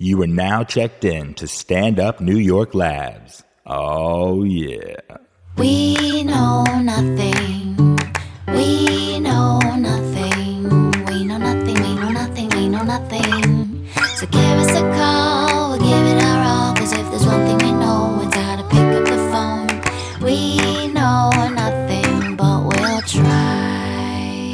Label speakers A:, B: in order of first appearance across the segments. A: You are now checked in to Stand Up New York Labs. Oh, yeah.
B: We know nothing. We know nothing. We know nothing. We know nothing. We know nothing. So give us a call. We'll give it our all. Cause if there's one thing we know, it's how to pick up the phone. We know nothing, but we'll try.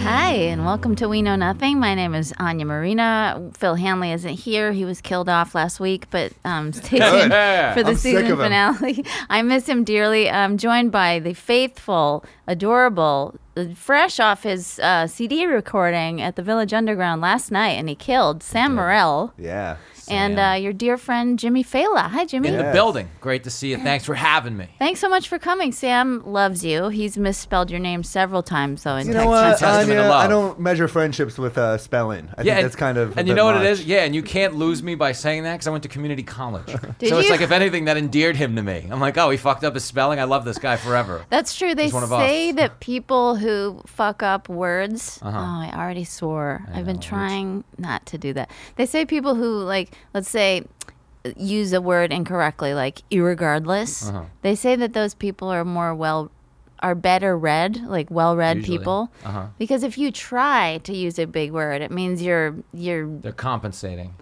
C: Hi, and welcome to We Know Nothing. My name is Anya Marina. Phil Hanley isn't here. He was killed off last week, but um, stay tuned for the
D: I'm sick
C: season
D: of him.
C: finale. I miss him dearly. I'm joined by the faithful, adorable, uh, fresh off his uh, CD recording at the Village Underground last night, and he killed Sam Morrell
D: Yeah.
C: and uh, your dear friend Jimmy Fela. Hi, Jimmy.
D: Yeah.
E: the building. Great to see you. Thanks for having me.
C: Thanks so much for coming. Sam loves you. He's misspelled your name several times, though. In
D: You
C: text
D: know what,
C: messages.
E: Testament
D: Anya?
E: of love.
D: I don't measure friendships with uh, spelling. I think
E: and-
D: that's kind of.
E: And you know what it is? Yeah, and you can't lose me by saying that because I went to community college.
C: Did
E: so it's
C: you?
E: like if anything that endeared him to me. I'm like, oh, he fucked up his spelling. I love this guy forever.
C: That's true. They
E: He's one of
C: say
E: us. Uh-huh.
C: that people who fuck up words. Oh, I already swore. I've been trying not to do that. They say people who like, let's say, use a word incorrectly, like irregardless.
E: Uh-huh.
C: They say that those people are more well, are better read, like well-read
E: Usually.
C: people.
E: Uh-huh.
C: Because if you try to use a big word, it means you're you're
E: They're compensating.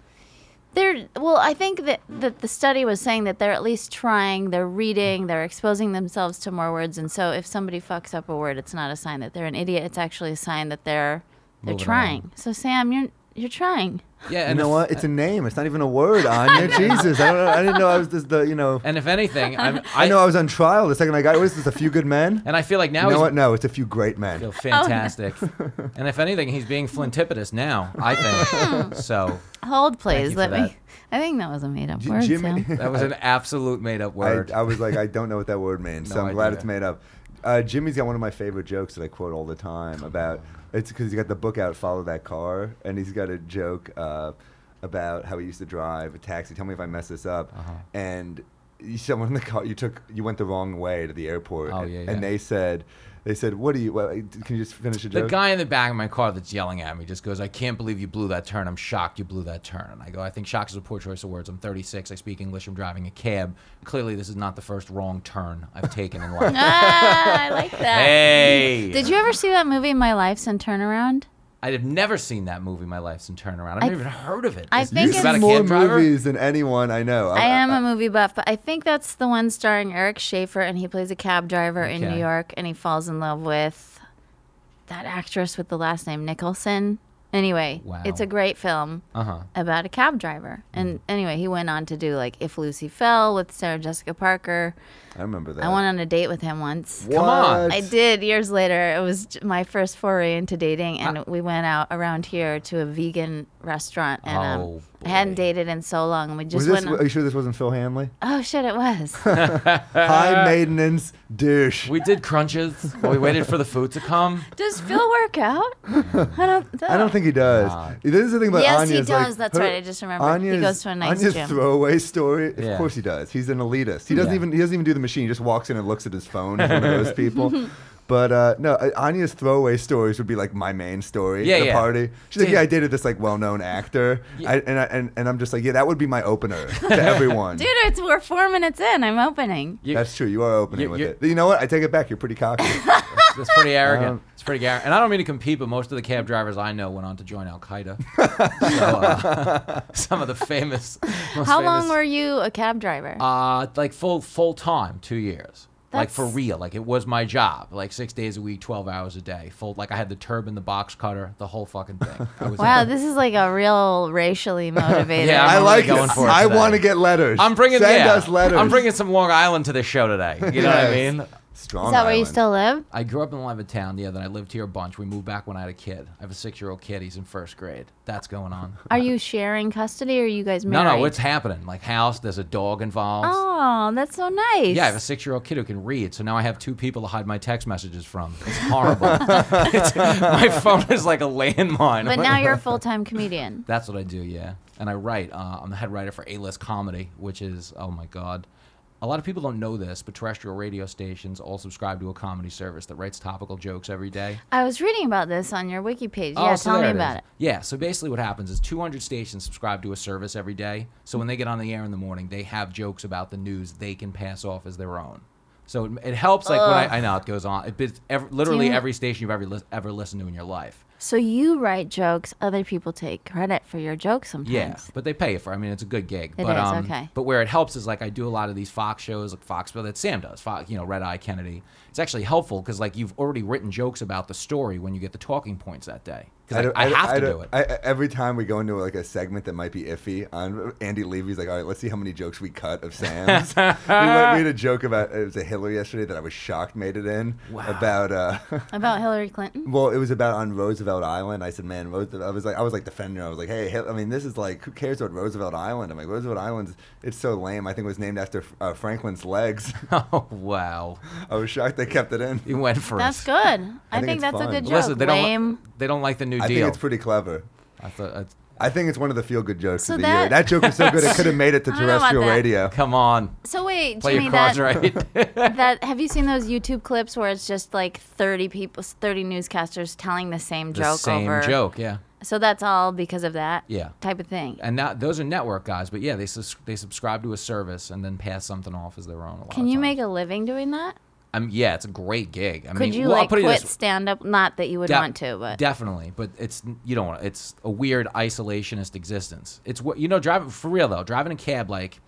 C: they're well. I think that that the study was saying that they're at least trying. They're reading. They're exposing themselves to more words. And so, if somebody fucks up a word, it's not a sign that they're an idiot. It's actually a sign that they're they're
E: Moving
C: trying. So, Sam, you're you're trying.
E: Yeah,
D: You
E: and
D: know
E: if,
D: what? It's a name. It's not even a word, Anya. Jesus, I don't know. I didn't know I was this. The you know.
E: and if anything, I'm, I,
D: I know I was on trial the second I got. What is this? A few good men?
E: And I feel like now
D: You know
E: he's
D: what? No, it's a few great men.
C: Oh,
E: feel fantastic. and if anything, he's being flintipitous now. I think so.
C: Hold, please.
E: you for
C: Let me.
E: that.
C: I think that was a made up
D: J-
C: word.
D: Jimmy.
C: Sam.
E: That was an absolute made-up
D: I,
E: word.
D: I was like, I don't know what that word means, so
E: No
D: I'm glad
E: idea.
D: it's made up. Uh, Jimmy's got one of my favorite jokes that I quote all the time about it's because he's got the book out, Follow That Car, and he's got a joke uh, about how he used to drive a taxi. Tell me if I mess this up.
E: Uh-huh.
D: And you, someone in the car, you took, you went the wrong way to the airport,
E: Oh,
D: and,
E: yeah, yeah.
D: and they said, they said, what do you? Well, can you just finish the
E: The
D: joke?
E: guy in the back of my car that's yelling at me just goes, I can't believe you blew that turn. I'm shocked you blew that turn. And I go, I think shocked is a poor choice of words. I'm 36. I speak English. I'm driving a cab. Clearly, this is not the first wrong turn I've taken in life.
C: ah, I like that.
E: hey!
C: Did you ever see that movie, My Life's in Turnaround?
E: I have never seen that movie, My Life's in Turnaround. I've never even heard of it.
C: I
E: Is it
C: think
D: You've
C: it's-
E: about a
D: seen
E: cab
D: more
E: driver?
D: movies than anyone I know.
C: I am a movie buff, but I think that's the one starring Eric Schaefer, and he plays a cab driver in New
E: Okay.
C: York, and he falls in love with that actress with the last name Nicholson. Anyway,
E: Wow.
C: it's a great film
E: Uh-huh. Mm.
C: about a cab driver. And anyway, he went on to do like If Lucy Fell with Sarah Jessica Parker.
D: I remember that.
C: I went on a date with him once.
D: What?
E: on.
C: I did years later. It was j- my first foray into dating, and
E: Ah.
C: we went out around here to a vegan restaurant. And um,
E: Oh,
C: I hadn't
E: boy.
C: dated in so long, and we
D: Was
C: just
D: this,
C: went.
D: are you sure this wasn't Phil Hanley?
E: uh,
C: Oh shit! It was.
D: High maintenance douche.
E: We did crunches while we waited for the food to come.
C: Does Phil work out? I don't.
D: I don't think he does. This is the thing about
C: Yes,
D: Anya.
C: he
D: is, like,
C: does. That's right. I just remembered. He
D: Anya's-
C: goes to a nice
D: Anya's
C: gym.
D: throwaway story.
E: Yeah.
D: Of course he does. He's an elitist. He doesn't
E: Yeah.
D: even he doesn't even do the machine. He just walks in and looks at his phone. He's one of those people. But uh, no, uh, Anya's throwaway stories would be like my main story
E: Yeah,
D: at a
E: yeah.
D: party. She's like,
E: Dude.
D: yeah, I dated this like well-known actor, I, and, I, and and I'm just like, yeah, that would be my opener to everyone.
C: Dude, it's we're four minutes in. I'm opening.
E: You-
D: That's true. You are opening
E: You-
D: with
E: you-
D: it. You know what? I take it back. You're pretty cocky.
E: That's pretty arrogant.
D: Um,
E: it's pretty arrogant. And I don't mean to compete, but most of the cab drivers I know went on to join Al Qaeda. so, uh, some of the famous. most
C: How
E: famous-
C: long were you a cab driver?
E: Uh, like full full time, two years. Like for
C: That's-
E: real, like it was my job, like six days a week, twelve hours a day. Full, like I had the turban, the box cutter, the whole fucking thing. I was
C: wow,
E: in.
C: this is like a real racially motivated.
E: Yeah,
D: I
E: I'm
D: like
E: really going
D: it.
E: for it
D: I
E: today.
D: want to get letters.
E: I'm bringing
D: Send
E: yeah,
D: us letters.
E: I'm bringing some Long Island to this show today. You know what I
D: Yes.
E: mean?
D: Strong
C: is that where you
D: Island.
C: still live?
E: I grew up in Levittown. Yeah, then I lived here a bunch. We moved back when I had a kid. I have a six year old kid. He's in first grade. That's going on.
C: Are you sharing custody or are you guys
E: No,
C: married?
E: no, it's happening. Like house, there's a dog involved.
C: Oh, that's so nice.
E: Yeah, I have a six-year-old kid who can read, so now I have two people to hide my text messages from. It's horrible. It's- my phone is like a landmine.
C: but now you're a full time comedian.
E: That's what I do, yeah. And I write. Uh, I'm the head writer for A-List Comedy, which is oh my god, A lot of people don't know this, but terrestrial radio stations all subscribe to a comedy service that writes topical jokes every day.
C: I was reading about this on your wiki page.
E: Oh,
C: yeah,
E: so
C: tell me
E: there
C: about
E: is.
C: it.
E: Yeah, so basically what happens is 200 stations subscribe to a service every day. So when they get on the air in the morning, they have jokes about the news they can pass off as their own. So it, it helps, like when I, I know it goes on. It, it's ev- literally
C: you-
E: every station you've ever lis- ever listened to in your life.
C: So you write jokes, other people take credit for your jokes sometimes.
E: Yeah, but they pay you for. it. I mean, it's a good gig.
C: It
E: but,
C: is,
E: um,
C: okay.
E: But where it helps is like I do a lot of these Fox shows, like Foxville that Sam does, Fox, you know, Red Eye Kennedy. It's actually helpful because like you've already written jokes about the story when you get the talking points that day. Because
D: don't-
E: I, I,
D: don't-
E: have to
D: don't-
E: do it.
D: I, I- every time we go into like a segment that might be iffy, on Andy Levy's like, all right, let's see how many jokes we cut of Sam's. we, went, we had a joke about it was a Hillary yesterday that I was shocked made it in about. Uh,
C: About Hillary Clinton?
D: well, it was about on Roosevelt Island. I said, man, Roosevelt. I was like, I was like defending her. I was like, hey, Hil- I mean, this is like, who cares about Roosevelt Island? I'm like, Roosevelt Island's it's so lame. I think it was named after uh, Franklin's legs.
E: oh wow,
D: I was shocked they kept it in.
E: you went for it.
C: That's good. I,
D: think
C: think,
D: it's
C: that's
D: fun.
C: a good joke.
D: Well,
E: Listen, they don't,
C: Lame.
E: Like, they don't like the New
D: I
E: Deal.
D: think it's pretty clever.
E: I thought, uh, that's-
D: I think it's one of the feel good jokes
C: So
D: of the
C: that-
D: year. That joke was so good it could have made it to
C: I don't know about
D: terrestrial
C: that.
D: radio.
E: come on,
C: So wait,
E: play
C: Jimmy,
E: your cards
C: that,
E: right.
C: that have you seen those YouTube clips where it's just like 30 people 30 newscasters telling the same
E: the
C: joke
E: same
C: over
E: joke, yeah.
C: So that's all because of that
E: Yeah.
C: type of thing.
E: And now those are network guys, but yeah, they sus- they subscribe to a service and then pass something off as their own. A lot
C: Can you make a living doing that?
E: Um, yeah, it's a great gig. I
C: Could
E: mean,
C: you
E: well, I'll
C: like
E: put it
C: quit
E: this
C: stand up? Not that you would
E: Def-
C: want to, but
E: definitely. But it's you don't. want It's a weird isolationist existence. It's what you know. Driving for real though. Driving a cab like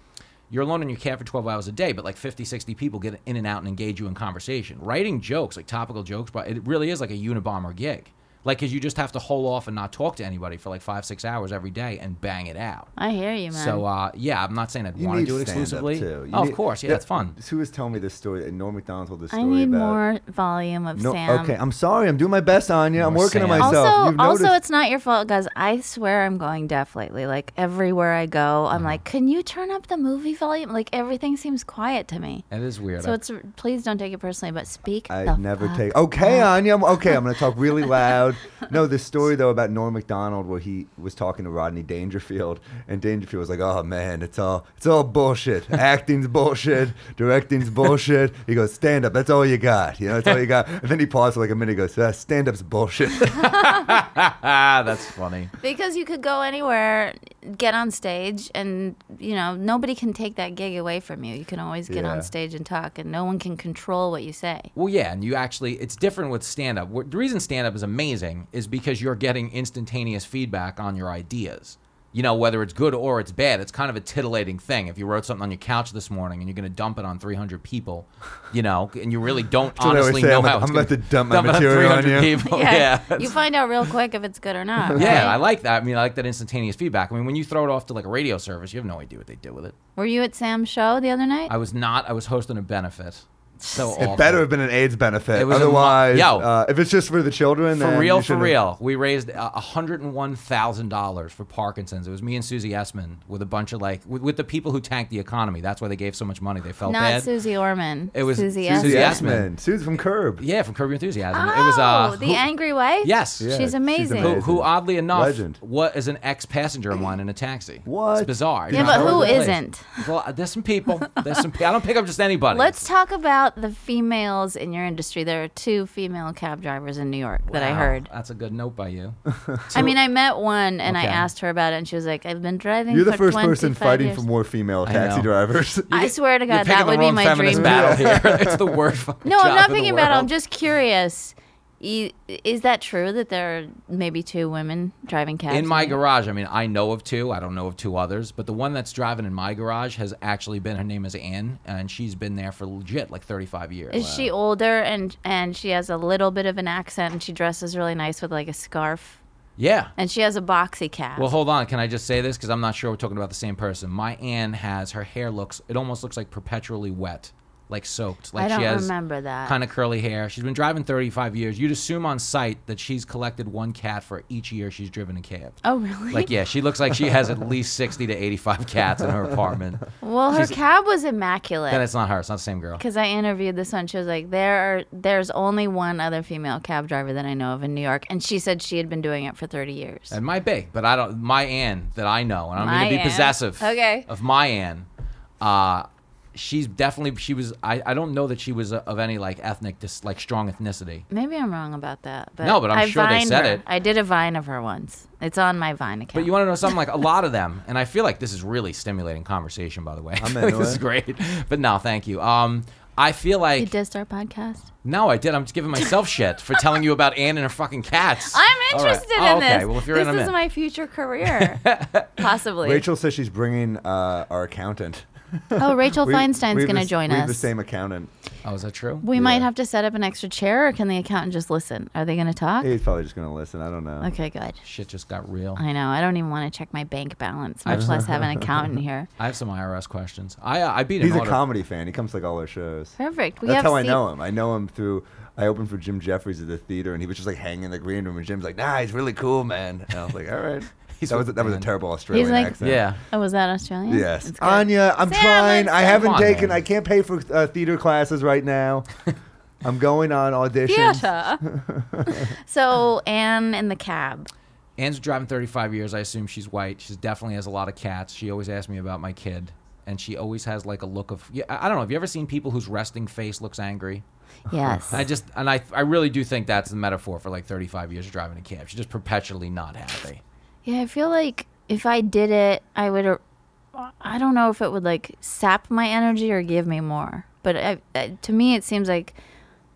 E: you're alone in your cab for 12 hours a day, but like 50, 60 people get in and out and engage you in conversation. Writing jokes like topical jokes, but it really is like a Unabomber gig. Like, cause you just have to hole off and not talk to anybody for like five, six hours every day and bang it out.
C: I hear you, man.
E: So uh, yeah, I'm not saying I'd
D: You
E: want to
D: need
E: do it
D: stand-up,
E: exclusively.
D: too. You
E: Oh,
D: need-
E: of course, yeah,
D: that-
E: it's fun.
D: Who was telling me this story? And Norm McDonald told this story
C: I need
D: about.
C: more volume of
D: No,
C: Sam.
D: okay. I'm sorry. I'm doing my best, Anya. I'm
E: More
D: working on
E: Sam.
D: myself.
C: Also,
D: You've
C: also,
D: noticed-
C: it's not your fault, guys. I swear I'm going deaf lately. Like everywhere I go,
E: Uh-huh.
C: I'm like, can you turn up the movie volume? Like everything seems quiet to me.
E: It is weird.
C: So
E: I-
C: it's please don't take it personally, but speak.
D: I
C: the
D: never
C: fuck.
D: take. Okay, Anya. I'm, okay, I'm going to talk really loud. No, this story though about Norm Macdonald, where he was talking to Rodney Dangerfield, and Dangerfield was like, "Oh man, it's all it's all bullshit. Acting's bullshit. Directing's bullshit." He goes, "Stand up. That's all you got. You know, that's all you got." And then he paused for like a minute. He goes, uh, "Stand up's bullshit."
E: ah, that's funny.
C: Because you could go anywhere, get on stage, and you know nobody can take that gig away from you. You can always get
D: Yeah.
C: on stage and talk, and no one can control what you say.
E: Well, yeah, and you actually, it's different with stand up. The reason stand up is amazing is because you're getting instantaneous feedback on your ideas. You know, whether it's good or it's bad, it's kind of a titillating thing. If you wrote something on your couch this morning and you're going to dump it on 300 people, you know, and you really don't
D: what I always
E: honestly
D: say,
E: know
D: I'm
E: how
D: a-
E: it's
D: I'm about
E: gonna-
D: to dump my
E: it
D: material on
E: 300
D: you.
E: People. Oh, yeah.
C: you find out real quick if it's good or not.
E: Yeah, I
C: right?
E: like that. I mean, I like that instantaneous feedback. I mean, when you throw it off to like a radio service, you have no idea what they did with it.
C: Were you at Sam's show the other night?
E: I was not. I was hosting a benefit. So awful.
D: It better have been an AIDS benefit.
E: It was a mo-
D: Otherwise,
E: Yo.
D: uh, if it's just for the children,
E: For
D: then
E: real,
D: you
E: for
D: shouldn't-
E: real. We raised uh, $101,000 for Parkinson's. It was me and Susie Essman with a bunch of like, with, with the people who tanked the economy. That's why they gave so much money. They felt
C: Not
E: bad.
C: Susie Orman.
E: It was
C: Susie,
E: Susie
D: Susie
C: Essman.
E: Essman.
D: Essman, Susie from Curb.
E: Yeah, from Curb Your Enthusiasm.
C: Oh,
E: it was uh,
C: the
E: who,
C: angry wife.
E: Yes.
D: Yeah,
C: she's amazing.
E: Who, who, oddly enough,
D: Legend.
E: what is an ex-passenger of mine in a taxi?
D: What?
E: It's bizarre.
C: Yeah,
E: You're not
C: but who
E: all over the place.
C: isn't?
E: Well, uh, there's some people. There's some. pe- I don't pick up just anybody.
C: Let's talk about the females in your industry. There are two female cab drivers in New York that I
E: Wow,
C: heard.
E: That's a good note by you.
C: I mean, I met one and I
E: Okay.
C: asked her about it, and she was like, "I've been driving."
D: You're the
C: for
D: first person
C: 25
D: fighting
C: years."
D: for more female
E: I
D: taxi
E: know.
D: drivers.
C: I swear to
E: You're
C: God,
E: picking
C: that
E: the
C: would be
E: wrong
C: my
E: feminist
C: dream.
E: battle here. it's the worst. fucking
C: No, I'm
E: job
C: not
E: in the
C: thinking about it. I'm
E: world.
C: just curious. I- Is that true that there are maybe two women driving cabs?
E: in my
C: New York?
E: garage. I mean, I know of two. I don't know of two others, but the one that's driving in my garage has actually been. Her name is Ann, and she's been there for legit like 35 years.
C: Is she older and and she has a little bit of an accent and she dresses really nice with like a scarf
E: yeah.
C: and she has a boxy cap.
E: Well, hold on. Can I just say this because I'm not sure we're talking about the same person. My Ann has her hair looks. It almost looks like perpetually wet, like soaked. Like
C: I don't
E: she has
C: remember that.
E: Kind of curly hair. She's been driving 35 years. You'd assume on site that she's collected one cat for each year she's driven a cab.
C: oh really?
E: Like yeah, she looks like she has at least 60 to 85 cats in her apartment.
C: well, her
E: she's-
C: cab was
E: Then
C: immaculate.
E: it's not her. It's not the same girl.
C: Because I interviewed this one, she was like, "There are, there's only one other female cab driver that I know of in New York," and she said she had been doing it for 30 years.
E: It might be, but I don't. My Ann that I know, and I'm
C: My
E: going to be
C: Ann.
E: possessive.
C: Okay.
E: Of my Ann, uh, she's definitely she was. I, I don't know that she was of any like ethnic dis, like strong ethnicity.
C: Maybe I'm wrong about that. But
E: No, but I'm
C: I
E: sure they
C: vined
E: said
C: her.
E: it.
C: I did a vine of her once. It's on my Vine account.
E: But you want to know something? Like a lot of them, and I feel like this is really stimulating conversation. By the way, I feel like
D: into
E: this is
D: it.
E: great. But no, thank you. Um, I feel
C: you
E: like
C: dissed our podcast.
E: no, I did. I'm just giving myself shit for telling you about Anne and her fucking cats.
C: I'm
E: All right.
C: interested
E: Oh,
C: in
E: okay.
C: this.
E: Well, if you're
C: this
E: in, I'm
C: is
E: in.
C: my future career, possibly.
D: Rachel says she's bringing uh, our accountant.
C: oh, Rachel
D: We- we
C: Feinstein's
D: have
C: going to
D: the-
C: join
D: we
C: us.
D: have the same accountant.
E: Oh, is that true?
C: we might
D: yeah.
C: have to set up an extra chair, or can the accountant just listen? Are they going to talk?
D: He's probably just gonna listen. I don't know.
C: Okay, good.
E: Shit just got real.
C: I know. I don't even want to check my bank balance, much less have an accountant here.
E: I have some IRS questions. I uh, I beat
D: He's
E: an
D: a
E: audit.
D: comedy fan. He comes to like all our shows.
C: Perfect. We
D: That's
C: have
D: how I
C: se-
D: know him. I know him through. I opened for Jim Jeffries at the theater, and he was just like hanging in the green room. And Jim's like, "Nah, he's really cool, man." And I was like, "All right."
E: He's
D: that was
E: a
D: that was a
E: man.
D: terrible Australian
C: like-
D: accent.
E: yeah.
C: Oh, was that Australian?
D: Yes.
C: It's good.
D: Anya, I'm
C: Sam,
D: trying.
C: I'm
D: I
C: Sam.
D: haven't
E: Come on,
D: taken.
E: man.
D: I can't pay for uh, theater classes right now. I'm going on auditions.
C: Theater. so Anne in the cab.
E: Anne's driving 35 years. I assume she's white. She definitely has a lot of cats. She always asks me about my kid, and she always has like a look of. Yeah, I I don't know. Have you ever seen people whose resting face looks angry?
C: Yes.
E: I just and I I really do think that's the metaphor for like 35 years of driving a cab. She's just perpetually not happy.
C: Yeah, I feel like if I did it, I would. uh, I don't know if it would like sap my energy or give me more. But I, I, to me, it seems like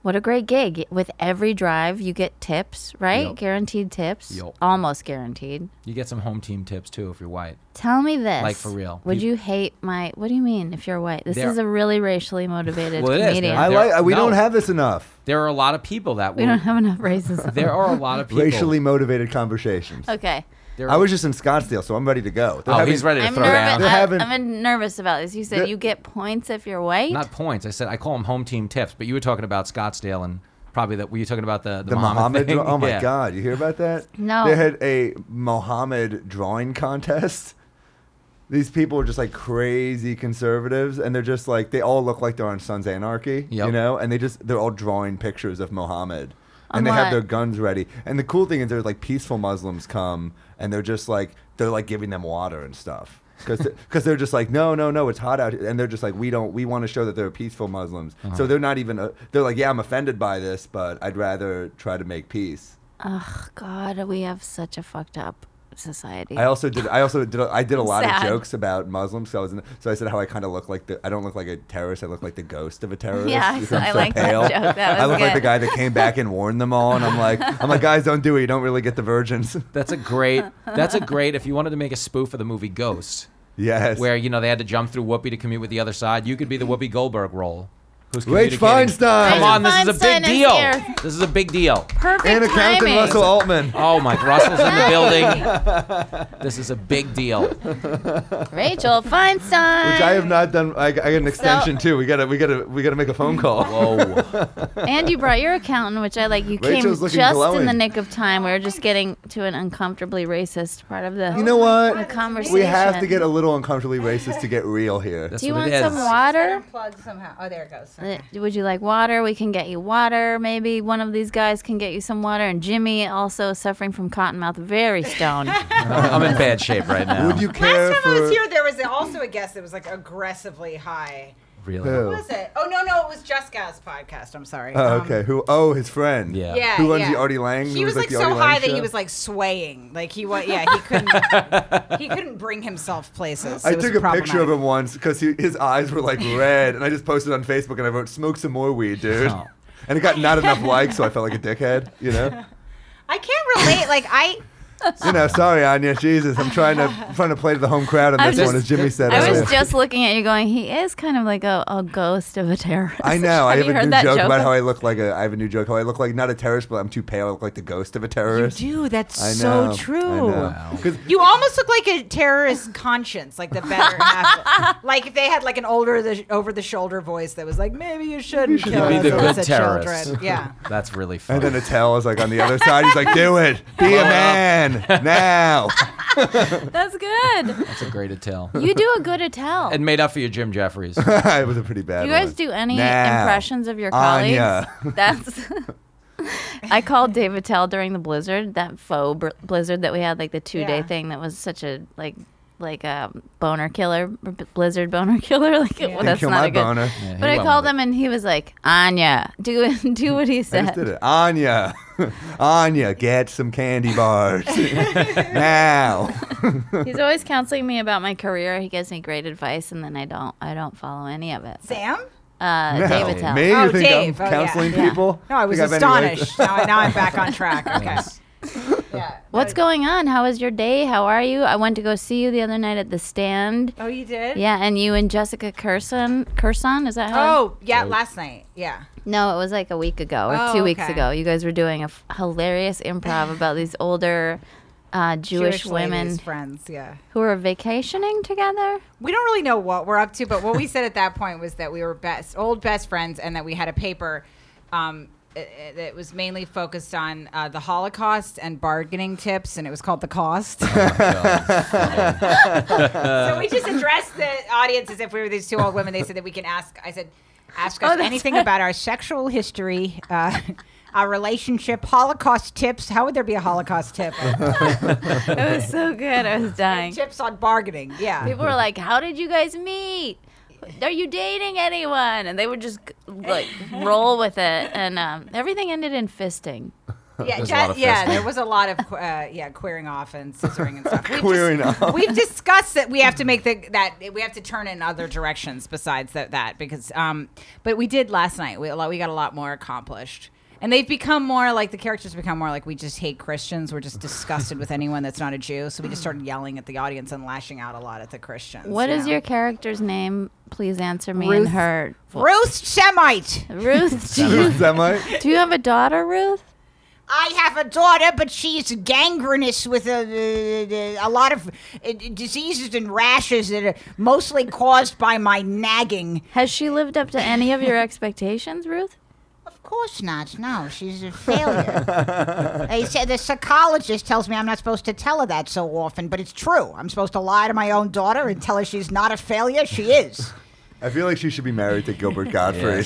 C: what a great gig. With every drive, you get tips, right?
E: Yup.
C: Guaranteed tips.
E: Yup.
C: Almost guaranteed.
E: You get some home team tips too if you're white.
C: Tell me this.
E: Like, for real.
C: Would
E: Peop-
C: you hate my. What do you mean if you're white? This
E: There-
C: is a really racially motivated
E: Well, it is.
C: comedian.
D: I
E: There-
D: like. uh, we
E: no.
D: don't have this enough
E: There are a lot of people that
C: we
E: will.
C: don't have enough racism.
E: there are a lot of people.
D: racially motivated conversations.
C: okay.
E: There
D: I was just in Scottsdale, so I'm ready to go. They're
E: Oh,
D: having-
E: he's ready to
C: I'm
E: throw
C: nervous.
E: down.
D: They're
C: I,
D: having-
C: I'm nervous about this. You said
D: They're-
C: you get points if you're white.
E: Not points. I said I call them home team tips, but you were talking about Scottsdale and probably that. Were you talking about the the,
D: The Muhammad,
E: thing?
D: draw- oh my
E: Yeah.
D: God! You hear about that?
C: No.
D: They had a Mohammed drawing contest. These people are just like crazy conservatives, and they're just like they all look like they're on Sons of Anarchy,
E: Yep.
D: you know. And they just they're all drawing pictures of Mohammed,
C: On
D: and they
C: what?
D: have their guns ready. And the cool thing is, there's like peaceful Muslims come, and they're just like they're like giving them water and stuff. Because they're just like no no no it's hot out here. and they're just like we don't we want to show that they're peaceful Muslims
C: Uh-huh.
D: so they're not even uh they're like yeah I'm offended by this but I'd rather try to make peace
C: Oh God, we have such a fucked up society.
D: I also did. I also did. a- I did a lot
C: Sad.
D: of jokes about Muslims. So I was. In, so I said how I kind of look like the. I don't look like a terrorist. I look like the ghost of a terrorist.
C: Yeah, I
D: because
C: saw-
D: I'm
C: I like that
D: pale.
C: joke. That was
D: I look like the
C: good.
D: guy that came back and warned them all. And I'm like, I'm like, guys, don't do it. You don't really get the virgins.
E: That's a great. That's a great. If you wanted to make a spoof of the movie Ghost,
D: yes.
E: where you know they had to jump through Whoopi to commute with the other side, you could be the Whoopi Goldberg role. Who's
D: Rach
E: communicating-
D: Feinstein.
E: Come on, this is a
C: Feinstein
E: big
C: is
E: deal.
C: here.
E: This is a big deal.
C: Perfect
D: and accountant
C: timing.
D: Russell Altman.
E: Oh my, Russell's in the building. This is a big deal.
C: Rachel Feinstein.
D: Which I have not done. I, I got an extension too. We gotta, we gotta, we gotta make a phone call.
E: Whoa.
C: And you brought your accountant, which I like. You
D: Rachel's
C: came
D: looking
C: just in
D: glowing.
C: the nick of time. We were just getting to an uncomfortably racist part of the.
D: You know
C: The
D: what?
C: conversation.
D: We have to get a little uncomfortably racist to get real here.
E: That's
C: Do you
E: what
C: want
E: it is.
C: some water?
F: Plug somehow. Oh, there it goes.
C: Uh, Would you like water? We can get you water. Maybe one of these guys can get you some water. And Jimmy, also suffering from cottonmouth, very stoned.
E: I'm in bad shape right now.
D: Would you care
F: Last time I
D: for?
F: was here, there was also a guest that was like aggressively high.
E: really?
D: Who?
F: What was it? Oh no, no, it was Jessica's podcast. I'm sorry.
D: Oh,
F: Um,
D: okay. Who? Oh, his friend.
E: Yeah.
F: Yeah.
D: Who runs
F: yeah.
D: the Artie Lang?
F: He
D: Who
F: was, like,
D: the
F: so
D: Artie Lang
F: high that
D: show?
F: he was like swaying. Like he was. Yeah, he couldn't. he couldn't bring himself places.
D: I
F: It was
D: took a picture of
F: problematic.
D: him once because his eyes were like red, and I just posted on Facebook and I wrote, "Smoke some more weed, dude."
E: Oh.
D: And it got not enough likes, so I felt like a dickhead. You know.
F: I can't relate. Like I.
D: You know. Sorry, Anya. Jesus, I'm trying to trying to play to the home crowd on
C: I'm
D: this
C: just-
D: one, as Jimmy said
C: I
D: earlier.
C: was just looking at you, going, "He is kind of like a, a ghost of a terrorist."
D: I know.
C: Have
D: I have
C: you
D: a
C: heard
D: new
C: that
D: joke,
C: joke?
D: about how I look like a. I have a new joke how I look like not a terrorist, but I'm too pale. I look like the ghost of a terrorist.
F: do. That's
D: I
F: so
D: know, I
F: true.
D: know. 'Cause
F: You almost look like a terrorist conscience, like the better half. Like if they had like an older the, over the shoulder voice that was like, maybe you shouldn't kill
E: be the
F: us
E: good
F: as
E: terrorist.
F: children. Yeah.
E: That's really funny.
D: And then Attell is like on the other side. He's like, "Do it, be a man now."
C: That's good.
E: That's a great tell.
C: You do a good tell.
E: And made up for your Jim Jeffries.
D: it was a pretty bad.
C: Do you guys
D: one.
C: do any
D: Now,
C: impressions of your colleagues?
D: Anya.
C: That's. I called Dave Attell during the blizzard, that faux br- blizzard that we had, like the two day
F: Yeah.
C: thing that was such a like like a boner killer, b- blizzard boner killer. Like well,
D: Didn't
C: that's
D: kill
C: not
D: my
C: a good.
D: boner.
E: Yeah, he
C: But I
E: went
C: called
E: with it.
C: him and he was like, Anya, do do what he
D: I
C: said.
D: just did it. Anya, Anya, get some candy bars now.
C: He's always counseling me about my career. He gives me great advice, and then I don't I don't follow any of it.
F: Sam?
C: Uh,
D: now.
C: David Tell.
D: Me? You
F: Oh,
D: think
F: Dave. Oh,
D: I'm
F: yeah.
D: counseling
C: Yeah.
D: people?
F: No, I was
D: Think I've anyway-
F: astonished. now, now I'm back on track. Okay.
E: Yes.
F: Yeah.
C: What's going on? How was your day? How are you? I went to go see you the other night at the stand.
F: Oh, you did?
C: Yeah, and you and Jessica Curson. Curson, is that how?
F: Oh, yeah, last night. Yeah.
C: No, it was like a week ago or
F: Oh,
C: two weeks
F: okay.
C: ago. You guys were doing a f- hilarious improv about these older uh, Jewish, women
F: ladies, friends, yeah.
C: who were vacationing together.
F: We don't really know what we're up to, but what we said at that point was that we were best old best friends, and that we had a paper um, i- i- that was mainly focused on uh, the Holocaust and bargaining tips, and it was called "The Cost." so we just addressed the audience as if we were these two old women. They said that we can ask. I said, ask us anything about our sexual history. Uh, Our relationship, Holocaust tips. How would there be a Holocaust tip?
C: It was so good. I was dying.
F: tips on bargaining. Yeah.
C: People were like, "How did you guys meet? Are you dating anyone?" And they would just like roll with it, and um, everything ended in fisting.
F: Yeah,
E: There's a
F: Jet-
E: lot of
F: yeah,
E: fisting.
F: there was a lot of uh, yeah, queering off and scissoring and stuff. We've
D: Queering
F: just,
D: off.
F: We've discussed that we have to make the that we have to turn in other directions besides that that because um, but we did last night. We a lot, we got a lot more accomplished. And they've become more like the characters become more like we just hate Christians. We're just disgusted with anyone that's not a Jew. So we just started yelling at the audience and lashing out a lot at the Christians.
C: What
F: you
C: is
F: know?
C: your character's name? Please answer me
F: Ruth.
C: in her.
F: Ruth Shemite?
C: Ruth, do you,
D: Semite?
C: do you have a daughter, Ruth?
F: I have a daughter, but she's gangrenous with a, a, a lot of uh, diseases and rashes that are mostly caused by my nagging.
C: Has she lived up to any of your expectations, Ruth?
F: Of course not. No, she's a failure. they said the psychologist tells me I'm not supposed to tell her that so often, but it's true. I'm supposed to lie to my own daughter and tell her she's not a failure. She is.
D: I feel like she should be married to Gilbert Godfrey.